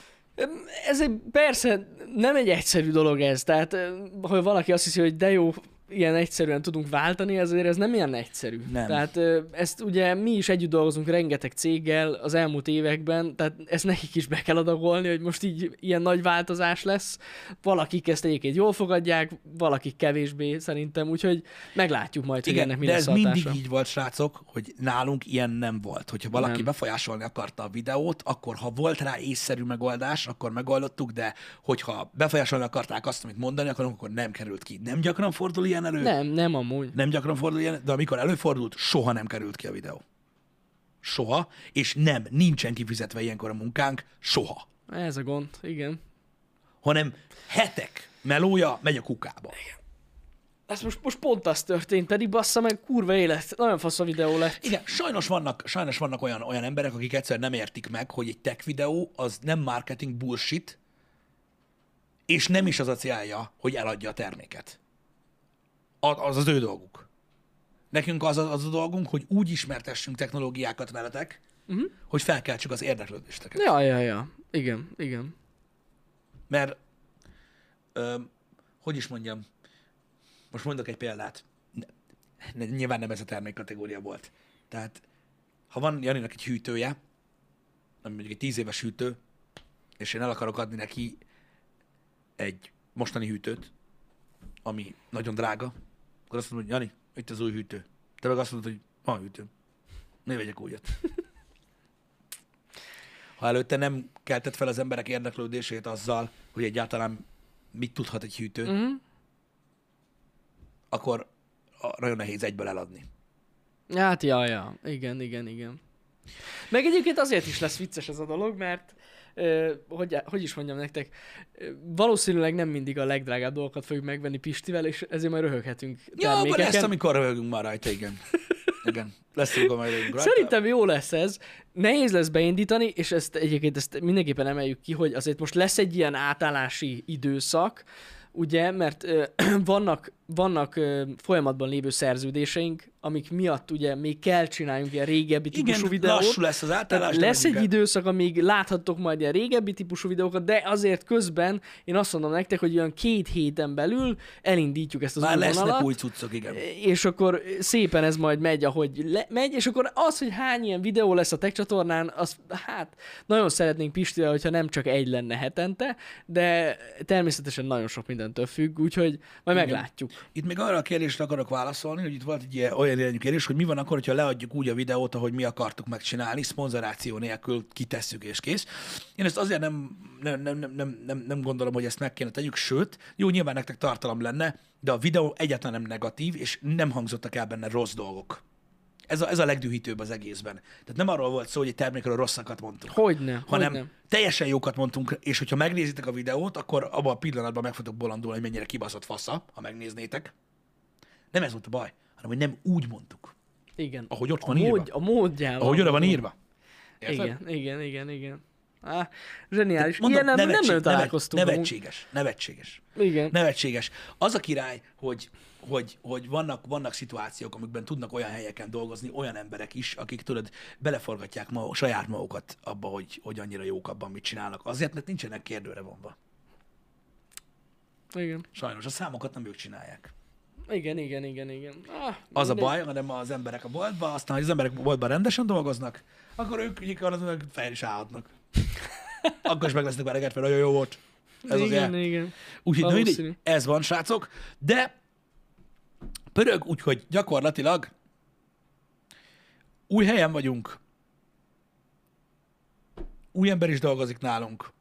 [SPEAKER 2] Ez egy, persze nem egy egyszerű dolog ez, tehát ö, ha valaki azt hiszi, hogy de jó, ilyen egyszerűen tudunk váltani, ezért ez nem ilyen egyszerű.
[SPEAKER 1] Nem.
[SPEAKER 2] Tehát ö, ezt ugye mi is együtt dolgozunk rengeteg céggel az elmúlt években, tehát ezt nekik is be kell adagolni, hogy most így ilyen nagy változás lesz. Valakik ezt egyébként jól fogadják, valakik kevésbé szerintem, úgyhogy meglátjuk majd, hogy ennek mi
[SPEAKER 1] de ez
[SPEAKER 2] lesz hatása.
[SPEAKER 1] mindig így volt, srácok, hogy nálunk ilyen nem volt. Hogyha valaki
[SPEAKER 2] Nem.
[SPEAKER 1] nem. befolyásolni akarta a videót, akkor ha volt rá észszerű megoldás, akkor megoldottuk, de hogyha befolyásolni akarták azt, amit mondani akarunk, akkor nem került ki. Nem gyakran fordul ilyen elő?
[SPEAKER 2] Nem, nem amúgy.
[SPEAKER 1] Nem gyakran fordul ilyen, de amikor előfordult, soha nem került ki a videó. Soha. És nem, nincsen kifizetve ilyenkor a munkánk, soha.
[SPEAKER 2] Ez a gond, igen.
[SPEAKER 1] Hanem hetek melója megy a kukába.
[SPEAKER 2] Ez most, most pont az történt, pedig bassza meg, kurva élet. Nagyon fasz a videó lett.
[SPEAKER 1] Igen, sajnos vannak, sajnos vannak olyan, olyan emberek, akik egyszer nem értik meg, hogy egy tech videó az nem marketing bullshit, és nem is az a célja, hogy eladja a terméket. A- Az az ő dolguk. Nekünk az a, az a dolgunk, hogy úgy ismertessünk technológiákat veletek, uh-huh. hogy felkeltsük az érdeklődésteket.
[SPEAKER 2] Ja, ja, ja. Igen, igen.
[SPEAKER 1] Mert, ö, hogy is mondjam, most mondok egy példát. Ne, ne, nyilván nem ez a termékkategória volt. Tehát, ha van Janinak egy hűtője, ami mondjuk egy tíz éves hűtő, és én el akarok adni neki egy mostani hűtőt, ami nagyon drága, akkor azt mondom, hogy Jani, itt az új hűtő. Te meg azt mondod, hogy van hűtőm. Ne vegyek újat. Ha előtte nem keltett fel az emberek érdeklődését azzal, hogy egyáltalán mit tudhat egy hűtő,
[SPEAKER 2] Mhm.
[SPEAKER 1] akkor a- nagyon nehéz egyből eladni.
[SPEAKER 2] Hát, ja, ja. Igen, igen, igen. Meg egyébként azért is lesz vicces ez a dolog, mert ö, hogy, hogy is mondjam nektek, ö, valószínűleg nem mindig a legdrágább dolgokat fogjuk megvenni Pistivel, és ezért majd röhöghetünk
[SPEAKER 1] Ja, akkor lesz,
[SPEAKER 2] termékeken.
[SPEAKER 1] amikor röhögünk már rajta, igen. Igen, lesz, amikor majd röhögünk rajta.
[SPEAKER 2] Szerintem jó lesz ez. Nehéz lesz beindítani, és ezt egyébként ezt mindenképpen emeljük ki, hogy azért most lesz egy ilyen átállási időszak, ugye, mert ö, vannak, vannak ö, folyamatban lévő szerződéseink, amik miatt ugye még kell csináljunk ilyen régebbi típusú
[SPEAKER 1] igen,
[SPEAKER 2] videót.
[SPEAKER 1] lassú lesz az átállás.
[SPEAKER 2] Tehát
[SPEAKER 1] de
[SPEAKER 2] lesz
[SPEAKER 1] megyünk
[SPEAKER 2] egy
[SPEAKER 1] el.
[SPEAKER 2] időszak, amíg láthattok majd ilyen régebbi típusú videókat, de azért közben én azt mondom nektek, hogy olyan két héten belül elindítjuk ezt az
[SPEAKER 1] Már
[SPEAKER 2] új
[SPEAKER 1] lesznek
[SPEAKER 2] vonalat
[SPEAKER 1] új cuccok, igen.
[SPEAKER 2] és akkor szépen ez majd megy, ahogy le- megy, és akkor az, hogy hány ilyen videó lesz a Tech csatornán, az hát nagyon szeretnénk Pistivel, hogyha nem csak egy lenne hetente, de természetesen nagyon sok mindentől függ, úgyhogy majd meglátjuk.
[SPEAKER 1] Itt még arra a kérdésre akarok válaszolni, hogy itt volt egy ilyen, olyan irányú kérdés, hogy mi van akkor, hogyha leadjuk úgy a videót, ahogy mi akartuk megcsinálni, szponzoráció nélkül kitesszük és kész. Én ezt azért nem, nem, nem, nem, nem, nem, nem gondolom, hogy ezt meg kéne tegyük, sőt, jó, nyilván nektek tartalom lenne, de a videó egyáltalán nem negatív, és nem hangzottak el benne rossz dolgok. Ez a, ez a legdühítőbb az egészben. Tehát nem arról volt szó, hogy egy termékről rosszakat mondtunk
[SPEAKER 2] Hogyne,
[SPEAKER 1] hanem
[SPEAKER 2] hogyne.
[SPEAKER 1] teljesen jókat mondtunk, és hogyha megnézitek a videót, akkor abban a pillanatban meg fogtok bolondulni, hogy mennyire kibaszott fasza, ha megnéznétek. Nem ez volt a baj, hanem hogy nem úgy mondtuk,
[SPEAKER 2] Igen.
[SPEAKER 1] ahogy ott
[SPEAKER 2] A,
[SPEAKER 1] van írva.
[SPEAKER 2] mód, a módjával.
[SPEAKER 1] Ahogy oda van írva. Érted?
[SPEAKER 2] Igen, igen, igen, igen. Á, zseniális. Mondom, Ilyen nem, nem
[SPEAKER 1] nevetség-
[SPEAKER 2] nagyon találkoztunk. amúgy.
[SPEAKER 1] Nevetséges, nevetséges.
[SPEAKER 2] Igen.
[SPEAKER 1] Nevetséges. Az a király, hogy, hogy, hogy vannak, vannak szituációk, amikben tudnak olyan helyeken dolgozni olyan emberek is, akik tudod, beleforgatják ma, saját magukat abba, hogy, hogy annyira jók abban, mit csinálnak. Azért, mert nincsenek kérdőre vonva.
[SPEAKER 2] Igen.
[SPEAKER 1] Sajnos a számokat nem ők csinálják.
[SPEAKER 2] Igen, igen, igen, igen. Ah,
[SPEAKER 1] Az a
[SPEAKER 2] mindegy.
[SPEAKER 1] baj, hanem az emberek a boltban, aztán, hogy az emberek a boltban rendesen dolgoznak, akkor ők ugye az meg fejre is állhatnak. akkor is meg lesznek már reggelt, mert nagyon jó volt. Ez az
[SPEAKER 2] igen,
[SPEAKER 1] ilyen.
[SPEAKER 2] igen.
[SPEAKER 1] Úgyhogy na
[SPEAKER 2] Valószínű.
[SPEAKER 1] mindegy, ez van, srácok, de pörög, úgyhogy gyakorlatilag új helyen vagyunk, új ember is dolgozik nálunk,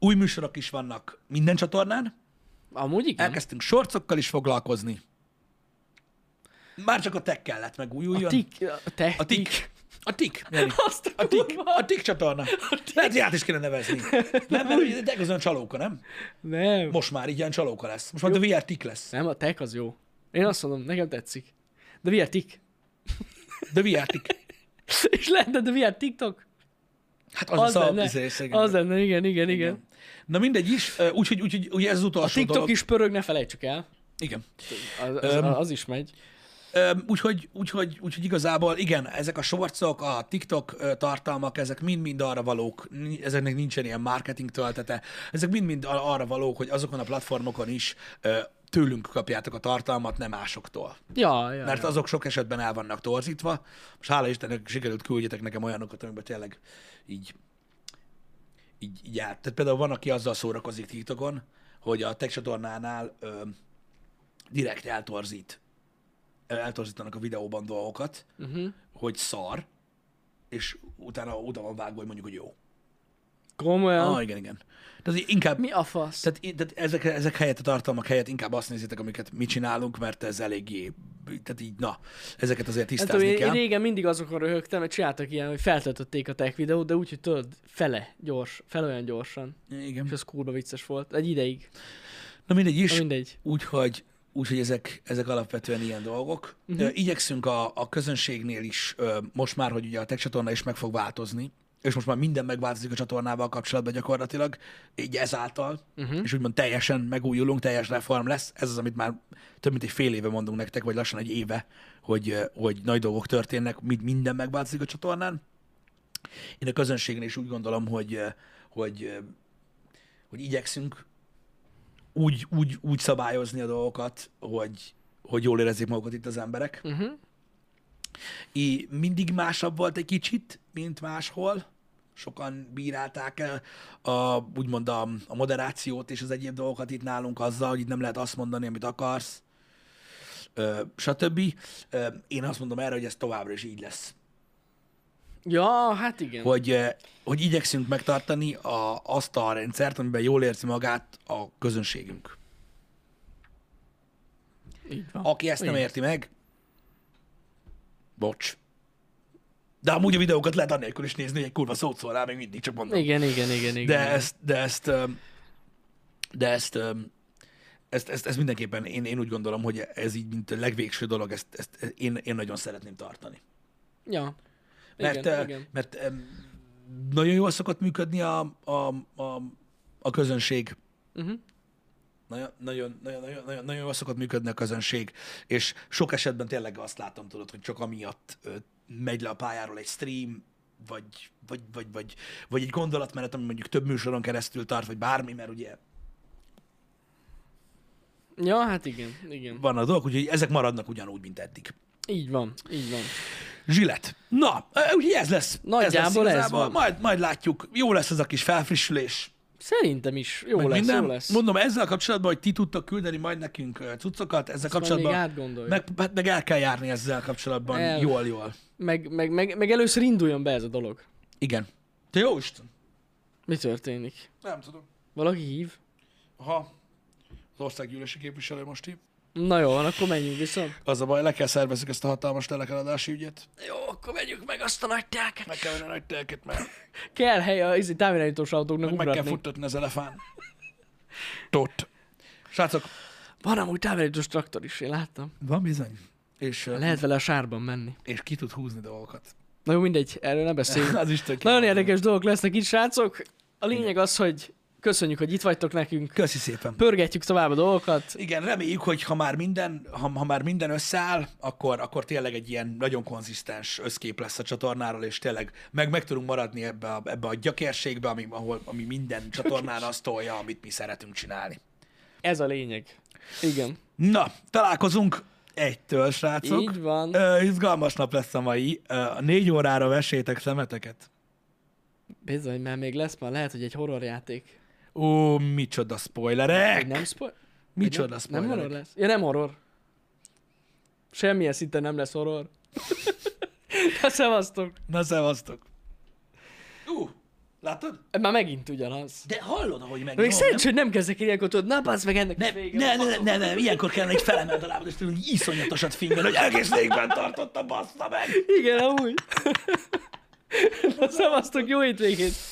[SPEAKER 1] új műsorok is vannak minden csatornán,
[SPEAKER 2] Amúgy igen.
[SPEAKER 1] elkezdtünk sorcokkal is foglalkozni, már csak a tech kellett megújuljon.
[SPEAKER 2] a tik. A, te,
[SPEAKER 1] A tik. A tik. Jani.
[SPEAKER 2] Azt
[SPEAKER 1] A tik,
[SPEAKER 2] kurva.
[SPEAKER 1] a tik csatorna. Lehet, hogy át is kéne nevezni. Nem, mert ugye tech az olyan csalóka, nem?
[SPEAKER 2] Nem.
[SPEAKER 1] Most már így ilyen csalóka lesz. Most már a VR tik lesz.
[SPEAKER 2] Nem, a tek az jó. Én azt mondom, nekem tetszik. De VR tik.
[SPEAKER 1] De VR tik.
[SPEAKER 2] És lehetne, de VR TikTok?
[SPEAKER 1] Hát az, az lesz a
[SPEAKER 2] lenne,
[SPEAKER 1] bizonyos, igen.
[SPEAKER 2] az lenne, igen, igen, igen.
[SPEAKER 1] Na mindegy is, ö, úgyhogy úgyhogy ugye ez az
[SPEAKER 2] A
[SPEAKER 1] utolsó
[SPEAKER 2] TikTok
[SPEAKER 1] dolog.
[SPEAKER 2] is pörög, ne felejtsük el.
[SPEAKER 1] Igen.
[SPEAKER 2] Az, az, az is megy.
[SPEAKER 1] Öm, Úgyhogy, úgyhogy, úgyhogy igazából igen, ezek a shortsok, a TikTok ö, tartalmak, ezek mind-mind arra valók, ni- ezeknek nincsen ilyen marketing töltete, ezek mind-mind ar- arra valók, hogy azokon a platformokon is ö, tőlünk kapjátok a tartalmat, nem másoktól.
[SPEAKER 2] Ja, ja.
[SPEAKER 1] Mert
[SPEAKER 2] ja.
[SPEAKER 1] azok sok esetben el vannak torzítva. Most hála Istennek sikerült küldjetek nekem olyanokat, amiben tényleg így, így, így át. Tehát például van, aki azzal szórakozik TikTokon, hogy a tech csatornánál ö, direkt eltorzít, ö, eltorzítanak a videóban dolgokat, uh-huh. hogy szar, és utána oda van vágva, hogy mondjuk, hogy jó.
[SPEAKER 2] Komolyan.
[SPEAKER 1] Ah, igen, igen. Tehát inkább,
[SPEAKER 2] Mi a fasz?
[SPEAKER 1] tehát, i- tehát ezek, ezek helyett a tartalmak helyett inkább azt nézzétek, amiket mi csinálunk, mert ez eléggé, tehát így, na, ezeket azért
[SPEAKER 2] Nem tudom,
[SPEAKER 1] tisztázni
[SPEAKER 2] én, én
[SPEAKER 1] kell.
[SPEAKER 2] régen mindig azokon röhögtem, mert csináltak ilyen, hogy feltöltötték a tech videót, de úgy, hogy tudod, fele gyors, fel olyan gyorsan. És
[SPEAKER 1] Igen.
[SPEAKER 2] az kurva vicces volt. Egy ideig.
[SPEAKER 1] Na mindegy
[SPEAKER 2] Na
[SPEAKER 1] is,
[SPEAKER 2] mindegy.
[SPEAKER 1] úgyhogy úgyhogy ezek, ezek alapvetően ilyen dolgok. Uh-huh. Igyekszünk a, a közönségnél is, ö, most már, hogy ugye a tech csatorna is meg fog változni, és most már minden megváltozik a csatornával kapcsolatban gyakorlatilag, így ezáltal, uh-huh. és úgymond teljesen megújulunk, teljes reform lesz. Ez az, amit már több mint egy fél éve mondunk nektek, vagy lassan egy éve, hogy, ö, hogy nagy dolgok történnek, mind minden megváltozik a csatornán. Én a közönségnél is úgy gondolom, hogy, ö, hogy, ö, hogy igyekszünk úgy, úgy, úgy szabályozni a dolgokat, hogy, hogy jól érezzék magukat itt az emberek. Uh-huh. I, mindig másabb volt egy kicsit, mint máshol. Sokan bírálták el a, úgymond a, a moderációt és az egyéb dolgokat itt nálunk azzal, hogy itt nem lehet azt mondani, amit akarsz, ö, stb. Ö, én azt mondom erre, hogy ez továbbra is így lesz
[SPEAKER 2] Ja, hát igen.
[SPEAKER 1] hogy, eh, hogy igyekszünk megtartani a, azt a rendszert, amiben jól érzi magát a közönségünk.
[SPEAKER 2] Így van.
[SPEAKER 1] Aki ezt nem
[SPEAKER 2] Igen.
[SPEAKER 1] érti meg, bocs. De amúgy a videókat lehet annélkül is nézni, hogy egy kurva szót szól rá, még mindig csak mondom.
[SPEAKER 2] Igen, igen, igen, igen.
[SPEAKER 1] De ezt, de ezt, öm, de ezt, öm, ezt, ezt, ezt mindenképpen én, én úgy gondolom, hogy ez így, mint a legvégső dolog, ezt, ezt én, én nagyon szeretném tartani.
[SPEAKER 2] Ja.
[SPEAKER 1] Mert,
[SPEAKER 2] igen,
[SPEAKER 1] igen,
[SPEAKER 2] igen.
[SPEAKER 1] mert em, nagyon jól szokott működni a, a, a, a közönség.
[SPEAKER 2] Mhm.
[SPEAKER 1] Nagyon, nagyon, nagyon, nagyon, nagyon, nagyon jól szokott működni a közönség, és sok esetben tényleg azt látom, tudod, hogy csak amiatt ö, megy le a pályáról egy stream, vagy, vagy, vagy, vagy, vagy egy gondolatmenet, ami mondjuk több műsoron keresztül tart, vagy bármi, mert ugye
[SPEAKER 2] Ja, hát igen, igen.
[SPEAKER 1] vannak dolgok, úgyhogy ezek maradnak ugyanúgy, mint eddig.
[SPEAKER 2] Így van, így van.
[SPEAKER 1] Zsilet. Na, ö, úgyhogy ez lesz.
[SPEAKER 2] Nagyjából ez
[SPEAKER 1] igazából.
[SPEAKER 2] van.
[SPEAKER 1] Majd, majd látjuk. Jó lesz ez a kis felfrissülés.
[SPEAKER 2] Szerintem is jó
[SPEAKER 1] meg
[SPEAKER 2] lesz,
[SPEAKER 1] minden.
[SPEAKER 2] jó lesz.
[SPEAKER 1] Mondom, ezzel kapcsolatban, hogy ti tudtok küldeni majd nekünk ö, cuccokat, ezzel
[SPEAKER 2] Ezt majd még
[SPEAKER 1] kapcsolatban
[SPEAKER 2] átgondoljuk.
[SPEAKER 1] meg, hát meg el kell járni ezzel kapcsolatban
[SPEAKER 2] El.
[SPEAKER 1] jól-jól.
[SPEAKER 2] Meg, meg, meg, meg először induljon be ez a dolog.
[SPEAKER 1] Igen. Te jó Isten?
[SPEAKER 2] Mi történik?
[SPEAKER 1] Nem tudom.
[SPEAKER 2] Valaki hív?
[SPEAKER 1] Ha az országgyűlési képviselő most így.
[SPEAKER 2] Na jó, van, akkor menjünk viszont.
[SPEAKER 1] Az a baj, le kell szervezzük ezt a hatalmas telekeladási ügyet.
[SPEAKER 2] Jó, akkor vegyük meg azt a nagy telket.
[SPEAKER 1] Meg kell venni a nagy telket, mert
[SPEAKER 2] Kell hely a izi, távirányítós autóknak
[SPEAKER 1] meg kell
[SPEAKER 2] ugratni.
[SPEAKER 1] futtatni az elefán. Tot. Srácok,
[SPEAKER 2] Van amúgy távirányítós traktor is, én láttam.
[SPEAKER 1] van bizony. És, ö,
[SPEAKER 2] Lehet vele a sárban menni.
[SPEAKER 1] és ki tud húzni dolgokat.
[SPEAKER 2] Na jó, mindegy, erről ne beszéljünk.
[SPEAKER 1] Az is tök jó.
[SPEAKER 2] Nagyon érdekes dolgok lesznek itt, srácok. A lényeg az, hogy köszönjük, hogy itt vagytok nekünk.
[SPEAKER 1] Köszi szépen.
[SPEAKER 2] Pörgetjük tovább a dolgokat.
[SPEAKER 1] Igen, reméljük, hogy ha már minden, ha, ha már minden összeáll, akkor, akkor tényleg egy ilyen nagyon konzisztens összkép lesz a csatornáról, és tényleg meg, meg tudunk maradni ebbe a, ebbe a gyakérségbe, ami, ahol, ami minden csatornán azt tolja, amit mi szeretünk csinálni.
[SPEAKER 2] Ez a lényeg. Igen.
[SPEAKER 1] Na, találkozunk egytől, srácok.
[SPEAKER 2] Így van.
[SPEAKER 1] Ö, izgalmas nap lesz a mai. Ö, négy órára vesétek szemeteket.
[SPEAKER 2] Bizony, mert még lesz már lehet, hogy egy horrorjáték.
[SPEAKER 1] Ó, micsoda spoilerek!
[SPEAKER 2] Egy nem spoil?
[SPEAKER 1] Micsoda
[SPEAKER 2] nem, nem
[SPEAKER 1] spoilerek.
[SPEAKER 2] horror lesz? Ja, nem horror. Semmilyen szinten nem lesz horror. Na, szevasztok.
[SPEAKER 1] Na, szevasztok. Ú, látod?
[SPEAKER 2] Már megint ugyanaz.
[SPEAKER 1] De hallod, ahogy meg.
[SPEAKER 2] De még szerencsé, hogy nem kezdek ilyenkor, tudod, na bassz meg ennek
[SPEAKER 1] Ne,
[SPEAKER 2] is vége.
[SPEAKER 1] ne, ne, ne, ne, ilyenkor kellene egy felemelt a lábad, és tudod, hogy iszonyatosat fingod, hogy egész végben tartotta, bassza meg!
[SPEAKER 2] Igen, amúgy. Na, szevasztok, jó hétvégét!